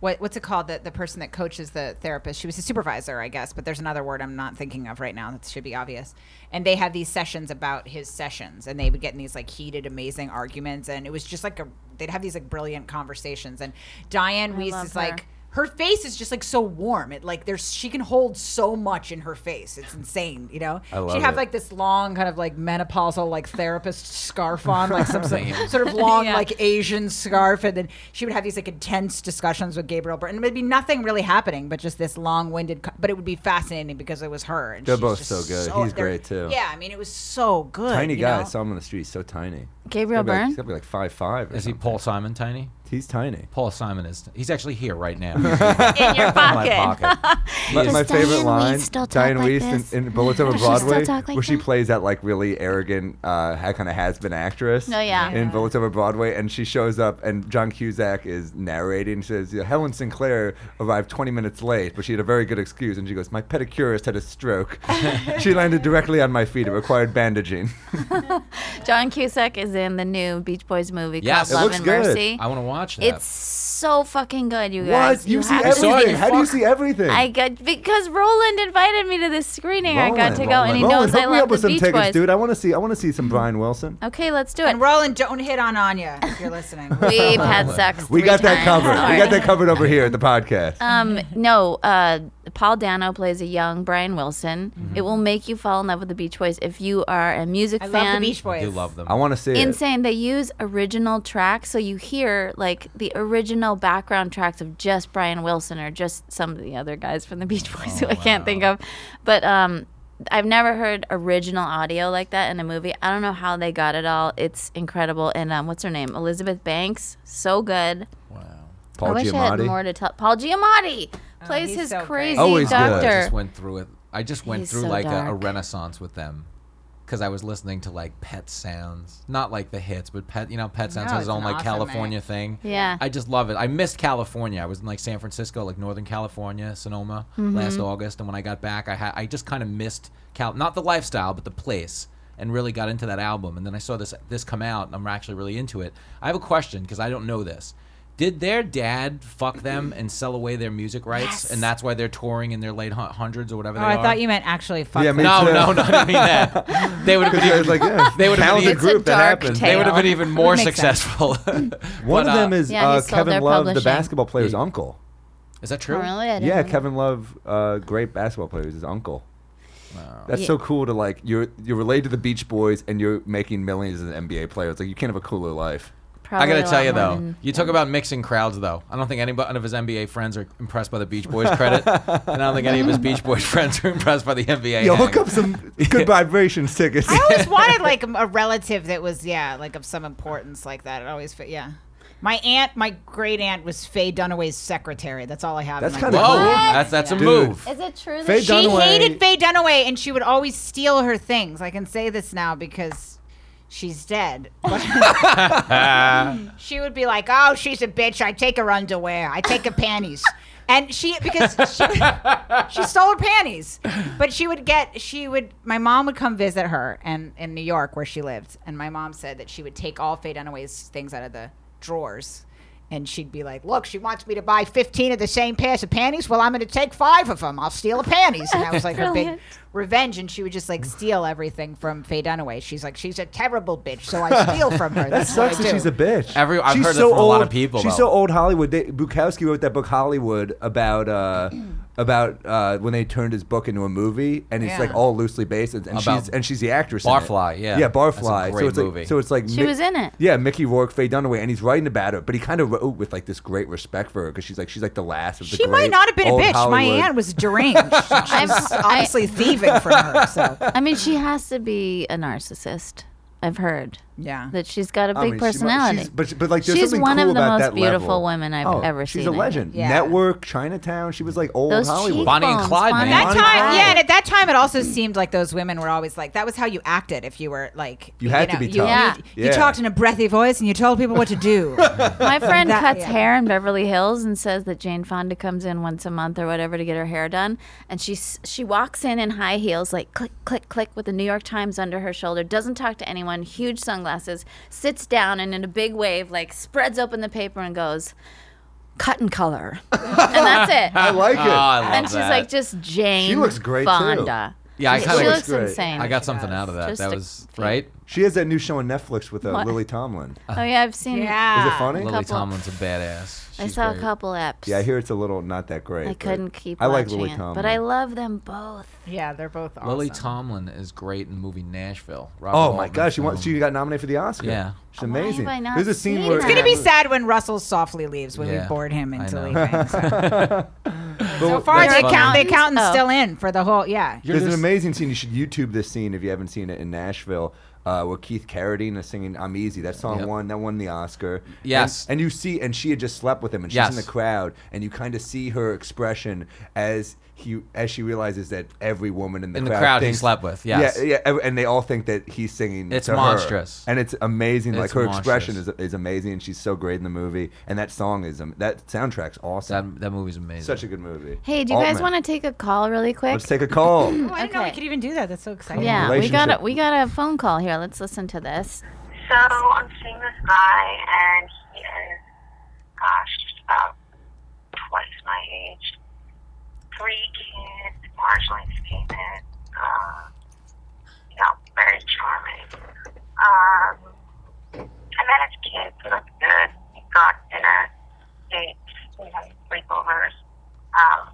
F: what what's it called? The the person that coaches the therapist. She was his supervisor, I guess. But there's another word I'm not thinking of right now that should be obvious. And they had these sessions about his sessions, and they would get in these like heated, amazing arguments, and it was just like a they'd have these like brilliant conversations. And Diane Weiss
C: love
F: is
C: her.
F: like. Her face is just like so warm. It like there's she can hold so much in her face. It's insane, you know.
D: I love
F: She'd have
D: it.
F: like this long kind of like menopausal like therapist scarf on, like some sort sort of long
C: Yeah.
F: like Asian scarf, and then she would have these like intense discussions with Gabriel Burton. There'd be nothing really happening, but just this long-winded. co- But it would be fascinating because it was her. And
D: They're
F: she's
D: both
F: just
D: so good. He's
F: they're-
D: great, too.
F: Yeah, I mean it was so good.
D: Tiny
F: you
D: guy.
F: know?
D: I saw him on the street. He's so tiny.
C: Gabriel
D: He's gotta be like-
C: Byrne?
D: He's gotta be like five five.
E: Is he Paul Simon tiny?
D: He's tiny.
E: Paul Simon is. He's actually here right now. in
C: in your
E: my
C: pocket.
E: pocket. He
D: My,
E: is-
D: my
B: Does Diane
D: favorite
B: Weed
D: line,
B: still talk
D: Diane
B: like
D: Weiss
B: this?
D: in, in Bullets Over
B: Does she still
D: Broadway,
B: talk like
D: where she
B: that?
D: plays that like really arrogant, uh, ha- kind of has-been actress.
C: Oh, yeah.
D: In Bullets Over Broadway, and she shows up, and John Cusack is narrating. She says, "Helen Sinclair arrived 20 minutes late, but she had a very good excuse." And she goes, "My pedicurist had a stroke. she landed directly on my feet. It required bandaging."
C: John Cusack is in the new Beach Boys movie
E: Yes. It
C: called Love
D: looks
C: and
D: good.
C: Mercy.
E: I want to watch that.
C: It's so fucking good, you guys.
D: what? You, see
C: have to
E: Sorry,
D: everything. How do you
E: fuck.
D: see everything?
C: I got because Roland invited me to this screening. I got
D: Roland.
C: to go, and he
D: Roland,
C: knows
D: hook
C: I
D: me
C: love
D: up with
C: the
D: some
C: Beach
D: tickets,
C: Boys.
D: dude. I want to see. I want to see some Brian Wilson.
C: Okay, let's do it.
F: And Roland, don't hit on Anya if you're listening.
C: We've had sex.
D: We
C: three
D: got
C: times.
D: that covered. We
C: Sorry.
D: got that covered over here at the podcast.
C: Um, no, uh, Paul Dano plays a young Brian Wilson.
D: Mm-hmm.
C: It will make you fall in love with the Beach Boys if you are a music
F: I
C: fan.
F: love the Beach
E: I
F: Boys.
E: do love them.
D: I want to see it.
C: Insane. They use original tracks, so you hear like the original background tracks of just Brian Wilson or just some of the other guys from the Beach Boys who I can't think of. But um, I've never heard original audio like that in a movie. I don't know how they got it all. It's incredible. And um, what's her name? Elizabeth Banks. So good.
D: Paul
C: I wish I had more
D: Giamatti.
C: to tell. Paul Giamatti plays
F: Oh, he's
C: his
F: so great.
C: crazy
D: Always good.
E: I
C: doctor.
E: just went through it. I just went
C: He's
E: through
C: so
E: like a, a
C: dark.
E: renaissance with them because I was listening to like Pet Sounds, not like the hits, but Pet. You know, Pet Sounds
F: No,
E: has
F: it's
E: his own
F: an
E: like
F: awesome
E: California thing.
C: Yeah.
E: I just love it. I missed California. I was in like San Francisco, like Northern California, Sonoma
F: Mm-hmm.
E: last August, and when I got back, I had I just kind of missed Cal, not the lifestyle, but the place. And really got into that album, and then I saw this this come out, and I'm actually really into it. I have a question because I don't know this. Did their dad fuck them and sell away their music rights,
C: Yes.
E: and that's why they're touring in their late hun- hundreds or whatever?
F: Oh,
E: they
F: I
E: are?
F: thought you meant actually fuck.
D: Yeah,
F: Yeah,
D: me
E: No,
D: too.
E: no, no, I didn't mean that. They would have
D: Because I
E: been even,
D: was like, yeah,
E: They would've been
D: talented
E: even-
C: It's a
D: group that
C: dark
D: happens.
C: tale.
E: they would have been even more
F: Makes sense.
E: successful.
D: One
E: But,
D: of
E: uh,
D: them is
C: Yeah, he
D: uh,
C: sold
D: Kevin
C: their
D: Love, the
C: publishing.
D: basketball player's
E: Yeah.
D: uncle.
E: Is that true?
C: Oh, really? I didn't
D: Yeah,
C: know.
D: Kevin Love, uh, great basketball player, is his uncle.
E: Wow.
D: That's
C: Yeah.
D: so cool to like you're you're related to the Beach Boys and you're making millions as an NBA player. It's like you can't have a cooler life.
E: I
C: Probably
E: gotta
C: a
E: tell
C: lot
E: you
C: more
E: though,
C: than-
E: you talk about mixing crowds though. I don't think any one of his NBA friends are impressed by the Beach Boys credit, and I don't think any of his Beach Boys friends are impressed by the NBA.
D: Yo,
E: hang.
D: hook up some good vibrations tickets.
F: I always wanted like a relative that was yeah, like of some importance like that. It always fit. Yeah, my aunt, my great aunt was Faye Dunaway's secretary. That's all I have.
D: That's
F: in my
D: kinda
E: Whoa,
F: life.
D: What?
E: that's that's a
D: Dude.
E: move.
C: Is it true that
D: Faye
C: she-
F: She
D: Dunaway-
F: hated Faye Dunaway, and she would always steal her things. I can say this now because she's dead. she would be like, "Oh, she's a bitch. I take her underwear. I take her panties." And she because she she stole her panties, but she would get she would my mom would come visit her and in New York where she lived, and my mom said that she would take all Faye Dunaway's things out of the drawers. And she'd be like, "Look, she wants me to buy fifteen of the same pairs of panties. Well, I'm going to take five of them. I'll steal the panties." And that was like her big
C: Brilliant.
F: revenge. And she would just like steal everything from Faye Dunaway. She's like, "She's a terrible bitch, so I steal from her."
D: That
F: That's what I
D: sucks that
F: do."
D: she's a bitch.
E: Every- I've
D: she's
E: heard that from a lot of people,
D: She's
E: though.
D: so old Hollywood. They, Bukowski wrote that book Hollywood about uh, about uh, when they turned his book into a movie, and it's
F: Yeah.
D: like all loosely based. And, and
E: About
D: she's and she's the actress. in it.
E: Barfly, yeah.
D: yeah,
E: That's a
D: Barfly. so
E: great
D: it's like
E: movie.
D: so it's like
C: She was in it.
D: Yeah, Mickey Rourke, Faye Dunaway, and he's writing about it, but he kind of wrote with like this great respect for her because she's like she's like the last of the.
F: She might
D: great
F: not have been a
D: old
F: bitch.
D: Hollywood-
F: My aunt was deranged. She
C: I'm-
F: was obviously thieving from her. So
C: I mean, she has to be a narcissist. I've heard
F: yeah,
C: that she's got a big
D: I mean, she mu-
C: personality.
D: she's- but, she- but like, there's
C: She's
D: something
C: one
D: cool
C: of the
D: about
C: most
D: that
C: beautiful
D: level.
C: women I've
D: Oh,
C: ever seen.
D: She's a
C: I think.
D: legend.
F: Yeah.
D: Network, Chinatown. She was like old
C: Those
D: Hollywood.
C: cheekbones,
E: Bonnie and Clyde, man.
F: That
D: Bonnie
F: time,
D: Clyde.
F: yeah, and at that time, it also seemed like those women were always like, that was how you acted if you were like,
D: You had to be
F: you-
D: tough.
C: Yeah.
F: You,
D: Yeah.
F: talked in a breathy voice and you told people what to do.
C: My friend
F: That-
C: cuts
F: yeah.
C: hair in Beverly Hills and says that Jane Fonda comes in once a month or whatever to get her hair done, and she s- she walks in in high heels, like click click click, with the New York Times under her shoulder, doesn't talk to anyone, huge sunglasses, sits down and in a big wave, like spreads open the paper and goes, "Cut and color," and that's it.
D: I like it.
E: Oh, I love
C: and she's
E: that.
C: like just Jane.
D: She looks great, too.
C: Fonda.
E: Yeah, I
C: she,
E: kinda-
C: she
E: She
C: looks
D: looks great.
C: insane.
E: I got something
F: Yes.
E: out of that.
C: Just
E: that
C: a
E: was
C: few-
E: right.
D: She has that new show on Netflix with uh,
C: What? Ah.
D: Lily Tomlin.
C: oh yeah, I've seen.
F: yeah.
D: Is it funny?
E: Lily
C: Couple-
E: Tomlin's a badass.
C: I
E: She's
C: saw
E: great.
C: a couple eps.
D: Yeah, I hear it's a little not that great.
C: I
D: but
C: couldn't keep.
D: I like
C: watching
D: Lily
C: it,
D: Tomlin.
C: but I love them both.
F: Yeah, they're both awesome.
E: Lily Tomlin is great in the movie Nashville. Robert
D: Oh my
E: Altman's
D: gosh, she won,
E: film.
D: she got nominated for the Oscar.
E: Yeah.
D: she's amazing.
C: have I not
D: There's a scene
C: seen
D: where
C: it?
F: It's going to be sad when Russell softly leaves when
E: Yeah,
F: we bored him
E: I
F: into
E: know.
F: leaving. So,
D: So
F: far, the,
C: Your
F: account, the
C: accountant?
F: accountant's
C: Oh.
F: still in for the whole, yeah.
E: You're
D: There's an
E: just-
D: amazing scene. You should YouTube this scene if you haven't seen it in Nashville, uh, where Keith Carradine is singing "I'm Easy." That song
E: Yep.
D: won. That won the Oscar.
E: Yes.
D: And, and you see, and she had just slept with him, and she's in
E: Yes.
D: the crowd, and you kind of see her expression as he as she realizes that every woman in the
E: In the
D: crowd,
E: crowd he
D: thinks,
E: slept with, yes.
D: Yeah. Yeah. ev- And they all think that he's singing.
E: It's
D: to her.
E: monstrous.
D: And it's amazing. like
E: It's
D: her expression is,
E: monstrous.
D: is amazing, and she's so great in the movie. And that song is um, that soundtrack's awesome.
E: That that movie's amazing.
D: Such a good movie.
C: Hey, do you guys want to take a call really quick?
D: Let's take a call.
F: Oh, I didn't know we
C: Okay.
F: could even do that. That's so exciting.
C: yeah, we got a
D: Relationship.
C: we got a phone call here. Let's listen to this.
G: So I'm seeing this guy, and he is, gosh, just about twice my age. Three kids, marginally famous. Uh, you know, very charming. Um, I met his kids. He looked good. He got dinner, dates, you know, sleepovers. Um,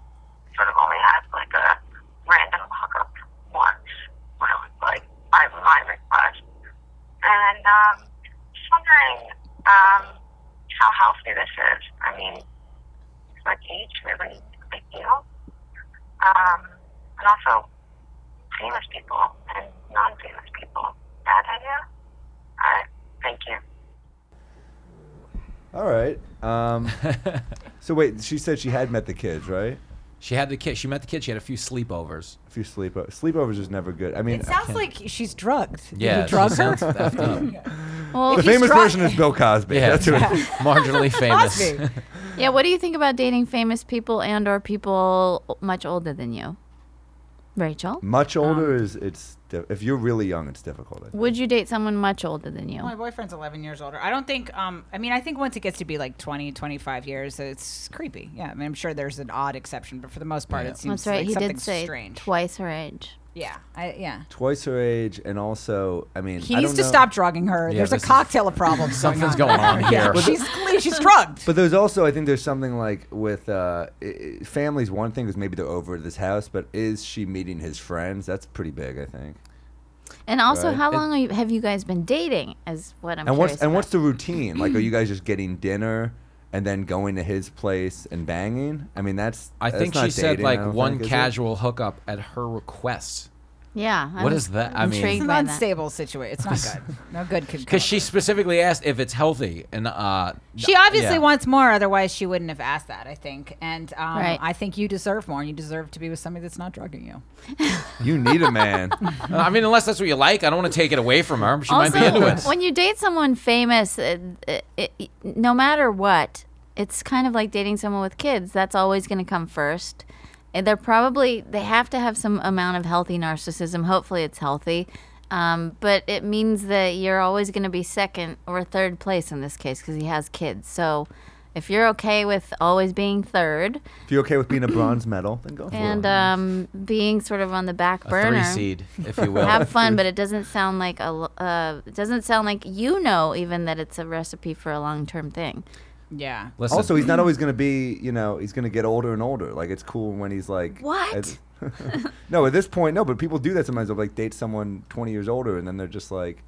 G: sort of only had like a random hookup once when it was like by my request. And um, just wondering um, how healthy this is. I mean, is my age really a big deal? Um, and also, famous people and non-famous people. Bad idea? All right. Thank you.
D: All right. Um, so wait, she said she had met the kids, right?
E: She had the kid. She met the kid. She had a few sleepovers.
D: A few sleepo- sleepovers is never good. I mean,
F: It sounds like she's drugged. Did you
E: Yeah, she
F: drug her?
E: sounds effed up.
C: Well,
D: the
F: he's
D: famous
F: drunk.
D: version is Bill Cosby.
E: Yeah,
D: That's who it is.
E: marginally famous.
F: Cosby.
C: yeah. What do you think about dating famous people and or people much older than you, Rachel?
F: Um,
D: Much older is it's di- if you're really young, it's difficult. I think.
C: Would you date someone much older than you?
F: My boyfriend's 11 years older. I don't think, um, I mean, I think once it gets to be like 20, 25 years, it's creepy. Yeah, I mean, I'm sure there's an odd exception, but for the most part, it seems
C: That's right.
F: like
C: he
F: something
C: did say
F: strange.
C: twice her age.
F: yeah, I, yeah.
D: Twice her age, and also, I mean,
F: He
D: I
F: needs
D: don't
F: to
D: know-
F: stop drugging her.
E: Yeah,
F: there's a
E: this is-
F: cocktail of problems.
E: Something's going on here.
F: Oh Yeah, she's clear- she's drugged.
D: But there's also, I think, there's something like with uh, i- i- families. One thing is maybe they're over at this house, but is she meeting his friends? That's pretty big, I think.
C: And also,
D: Right.
C: how long are you, have you guys been dating? Is what I'm
D: And
C: curious
D: what's and
C: about.
D: what's the routine? Like, are you guys just getting dinner and then going to his place and banging? I mean, that's
E: I
D: that's
E: think
D: not
E: she said
D: dating, I
E: like
D: don't
E: one
D: think, is it?
E: casual hookup at her request.
C: yeah.
E: What is that? I mean-
F: It's
C: intrigued
F: an
C: by
F: unstable situation. It's not good. No good could come
E: Because
F: of
E: she
F: it.
E: specifically asked if it's healthy, and uh,
F: She obviously
E: yeah.
F: wants more, otherwise she wouldn't have asked that. I think, and um,
C: Right.
F: I think you deserve more, and you deserve to be with somebody that's not drugging you.
D: You need a man.
E: I mean, unless that's what you like, I don't want to take it away from her. She might be into
C: also,
E: it.
C: when you date someone famous, it, it, it, no matter what, it's kind of like dating someone with kids. That's always going to come first. And they're probably they have to have some amount of healthy narcissism. Hopefully, it's healthy. Um, but it means that you're always going to be second or third place in this case because he has kids. So, if you're okay with always being third
D: if you're okay with being a bronze medal, then go for
C: and
D: it.
C: um, being sort of on the back
E: A three
C: burner,
E: seed, if you will.
C: have fun, but it doesn't sound like a l- uh, it doesn't sound like you know even that it's a recipe for a long term thing.
F: Yeah.
E: Listen,
D: also, he's not always going to be. You know, he's going to get older and older. Like, it's cool when he's like
C: What?
D: at- no, at this point, no. But people do that sometimes. They'll like date someone 20 years older, and then they're just like,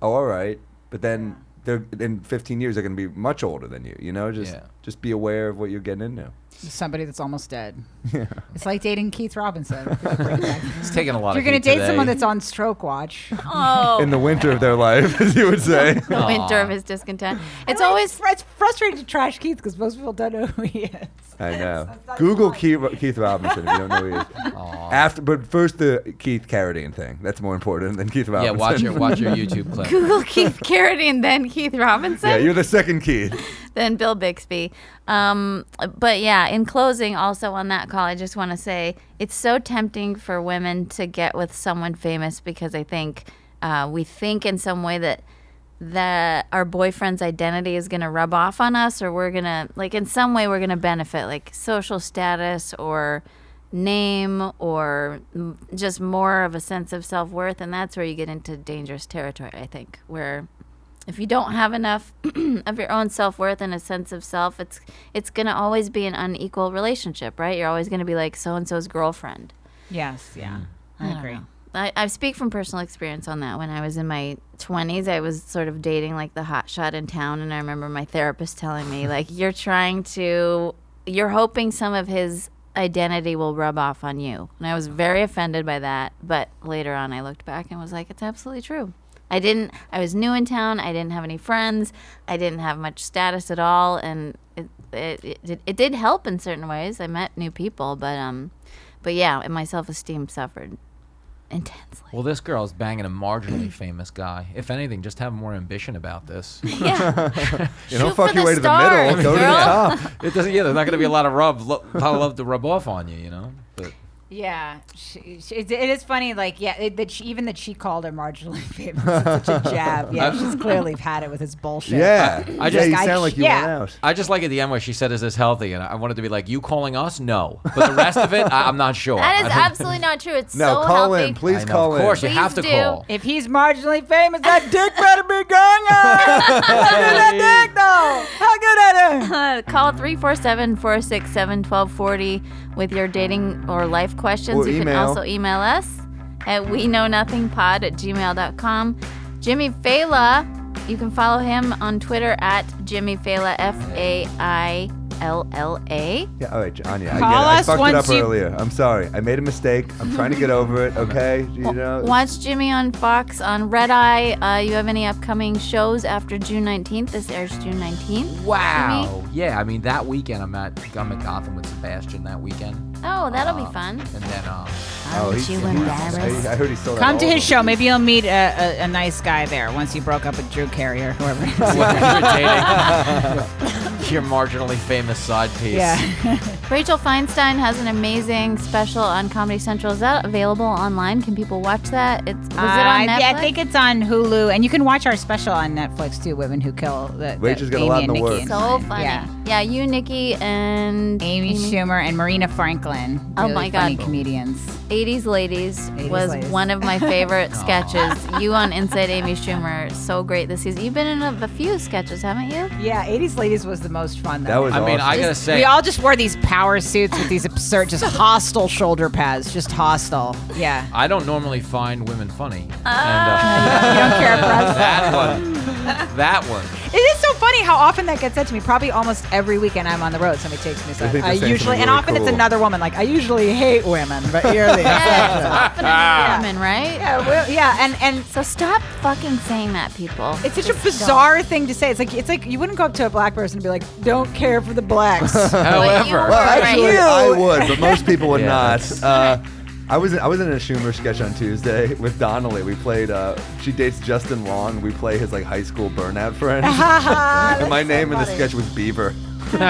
D: "Oh, all right." But then they're in 15 years, they're going to be much older than you. You know, just
E: Yeah.
D: just be aware of what you're getting into.
F: somebody that's almost dead. It's like dating Keith Robinson.
E: it's taking a lot
F: You're
E: of
F: going to
E: heat
F: date someone
E: today.
F: that's on stroke watch.
C: Oh,
D: In the winter of their life, as you would say.
C: The winter of his discontent. It's
F: Like,
C: always
F: fr- it's frustrating to trash Keith because most people don't know who he is.
D: I know.
F: not
D: Google
F: fun.
D: Keith, Keith Robinson if you don't know who he is. After, but first the Keith Carradine thing. That's more important than Keith
E: Yeah,
D: Robinson.
E: watch your watch your YouTube clip.
C: Google Keith Carradine, then Keith Robinson,
D: yeah, you're the second Keith.
C: then Bill Bixby. Um, but yeah, in closing, also on that call, I just want to say it's so tempting for women to get with someone famous because I think uh, we think in some way that that our boyfriend's identity is going to rub off on us or we're going to like in some way we're going to benefit like social status or name or m- just more of a sense of self-worth and that's where you get into dangerous territory i think where if you don't have enough of your own self-worth and a sense of self it's it's going to always be an unequal relationship right you're always going to be like so and so's girlfriend
F: Yes, yeah.
C: I agree. I, I speak from personal experience on that. When I was in my 20s, I was sort of dating like the hot shot in town, and I remember my therapist telling me, like, you're trying to, you're hoping some of his identity will rub off on you. And I was very offended by that. But later on, I looked back and was like, it's absolutely true. I didn't, I was new in town. I didn't have any friends. I didn't have much status at all. And it, it, it, did- it did help in certain ways. I met new people, but, um, but yeah, and my self esteem suffered intensely.
E: Well, this girl's banging a marginally famous guy. If anything, just have more ambition about this.
C: Yeah,
D: You know,
C: Shoot
D: fuck
C: for
D: your
C: the
D: way to the
C: stars,
D: middle. Go
C: girl.
D: to the top.
E: It doesn't. Yeah, there's not going to be a lot of rub, lo- a lot of love to rub off on you. You know. But
F: Yeah, she, she, it, it is funny. Like, yeah, it, that she, even that she called her marginally famous. It's such a jab. Yeah, she's clearly had it with his bullshit.
D: Yeah.
E: I
D: yeah,
E: just-
D: you
F: I-
D: sound like you
F: yeah.
D: went out.
E: I just like at the end where she said, "Is this healthy?" And I I wanted to be like, "You calling us? No." But the rest of it, I, I'm not sure.
C: that is
E: I don't-
C: absolutely not true. It's
D: No,
C: so
D: call
C: healthy.
D: in. Please
E: I know,
D: call
E: Of course,
D: in.
E: you have to
C: Please do.
E: call.
F: If he's marginally famous, that dick better be gone. Look at that dick, though. How good at it.
C: Uh, call 347-467-1240 with your dating or life questions.
D: Or
C: you can
D: email.
C: also email us at we know nothing pod at gmail.com. Jimmy Fela, you can follow him on Twitter at Jimmy Fela F A I L L A.
D: Yeah, all right, Anya. Oh, I, get it.
F: Call
D: I
F: us
D: fucked it
F: once
D: up
F: you-
D: earlier. I'm sorry. I made a mistake. I'm trying to get over it. Okay, you know.
C: Watch Jimmy on Fox on Red Eye. Uh, you have any upcoming shows after June 19th? This airs June 19th.
E: Wow. Yeah, I mean that weekend I'm at I'm at Gotham with Sebastian that weekend,
C: Oh, that'll be fun.
E: and then um,
D: Oh, he's-
C: you
D: he's-
C: embarrassed?
D: I, I heard he sold out
F: Come to
D: all
F: his
D: of
F: show. Maybe you'll meet a, a, a nice guy there once you broke up with Drew Carey or whoever. it is.
E: you're dating, your marginally famous side piece.
F: Yeah.
C: Rachel Feinstein has an amazing special on Comedy Central. Is that available online? Can people watch that? It's was it on
F: Uh,
C: Netflix?
F: yeah, I think it's on Hulu, and you can watch our special on Netflix too. Women Who Kill. The,
D: Rachel's got a
F: Amy
D: lot in
F: and
D: the
F: Nikki
D: works.
F: and
C: so
F: mine.
C: funny.
F: Yeah.
C: Yeah, you, Nikki, and
F: Amy, Schumer and Marina Franklin.
C: Oh
F: really
C: my
F: funny
C: God.
F: comedians.
C: 80s Ladies
F: 80s
C: was
F: Ladies.
C: one of my favorite sketches. You on Inside Amy Schumer, so great this season. You've been in a, a few sketches, haven't you?
F: Yeah, 80s Ladies was the most fun.
D: That was
E: I mean, I
D: awesome.
E: gotta say,
F: we all just wore these power suits with these absurd, just hostile shoulder pads, just hostile. Yeah.
E: I don't normally find women funny. and, uh,
F: Oh, You don't care about us.
E: that one. That one.
F: It is so funny how often that gets said to me. Probably almost every weekend I'm on the road, somebody takes
D: I
F: me aside.
D: think
F: I,
D: they're saying
F: usually,
D: something
F: and
D: really
F: often it's
D: cool.
F: another woman. Like I usually hate women, but you're the exception.
C: Yeah, it's often a woman, right?
F: Yeah, well, yeah, and and
C: So stop fucking saying that, people.
F: it's such a bizarre thing to say. It's like it's like you wouldn't go up to a black person and be like, "Don't care for the blacks."
C: But you
E: However,
C: were
D: Well, actually,
C: right.
D: I would, but most people would
E: Yeah,
D: not. Uh, I was in, I was in a Schumer sketch on Tuesday with Donnelly. We played. Uh, she dates Justin Long. We play his like high school burnout friend. and my name in the sketch was Beaver.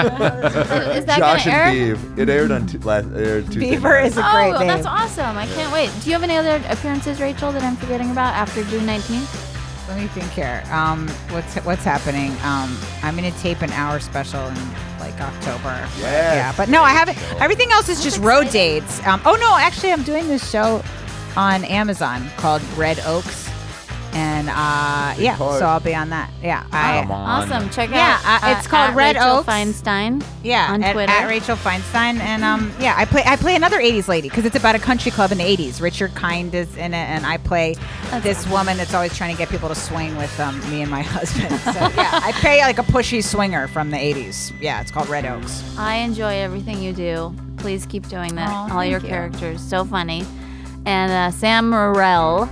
C: Is that
D: Josh
C: gonna
D: and
C: air?
D: Beav. It aired on t- last aired Tuesday.
F: Beaver
D: night.
F: is a great
C: Oh,
F: name.
C: that's awesome. I can't wait. Do you have any other appearances, Rachel, that I'm forgetting about after June 19th?
F: Let me think here. Um, what's what's happening? Um, I'm gonna tape an hour special in like October.
D: Yes.
F: Yeah, but no, I haven't. Everything else is just road dates. Um, oh no, actually, I'm doing this show on Amazon called Red Oaks, and uh, yeah,
D: part.
F: so I'll be on that. Yeah,
E: come
F: I,
E: on.
C: Awesome. Check
F: Yeah,
C: out.
F: uh, it's called
C: at
F: Red
C: Rachel
F: Oaks.
C: Feinstein.
F: yeah,
C: on
F: at,
C: Twitter.
F: at Rachel Feinstein, and um, yeah, I play I play another '80s lady because it's about a country club in the '80s. Richard Kind is in it, and I play this woman that's always trying to get people to swing with um, me and my husband. So yeah, I play like a pushy swinger from the '80s. Yeah, it's called Red Oaks.
C: I enjoy everything you do. Please keep doing that.
F: Aw,
C: All
F: thank
C: your
F: you.
C: characters, so funny. And uh, Sam Morrell.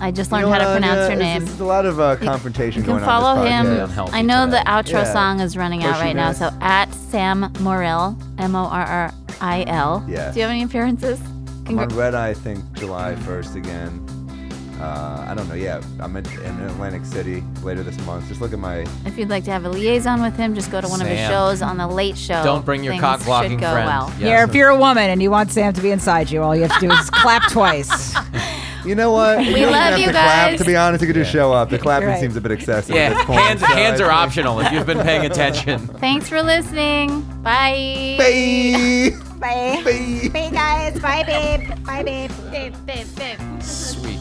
C: I just
D: You
C: learned
D: know
C: how to
D: what,
C: pronounce
D: yeah,
C: your
D: it's-
C: name.
D: There's a lot of uh, confrontation
C: You can
D: going on.
C: follow
D: this
C: him.
D: podcast.
E: Unhealthy
C: I know the
E: today.
C: outro
D: Yeah.
C: song is running out
D: Pushing
C: right now.
D: back.
C: So at Sam Morril, M O R R I L.
D: Yeah.
C: Do you have any appearances?
D: I'm on
C: Congra-
D: Red Eye, I think July 1st again. Uh, I don't know. Yeah, I'm in, in Atlantic City later this month. Just look at my.
C: if you'd like to have a liaison with him, just go to one of his
E: Sam.
C: shows on the Late Show.
E: Don't bring your
C: Things
E: cock blocking
C: should go
E: friend.
C: well.
E: Yes.
F: Yeah, if you're a woman and you want Sam to be inside you, all you have to do is clap twice.
D: You know what? We
C: love
D: have
C: you
D: to
C: guys.
D: Clap. To be honest, you could just show up. The clapping
F: right.
D: seems a bit excessive.
E: Yeah,
D: At this point,
E: hands,
D: so
E: hands
D: I
E: are
D: think-
E: optional if you've been paying attention.
C: Thanks for listening. Bye.
D: Bye.
F: Bye.
D: Bye.
F: Bye guys. Bye babe. Bye babe.
C: Babe, babe, babe.
E: Sweet.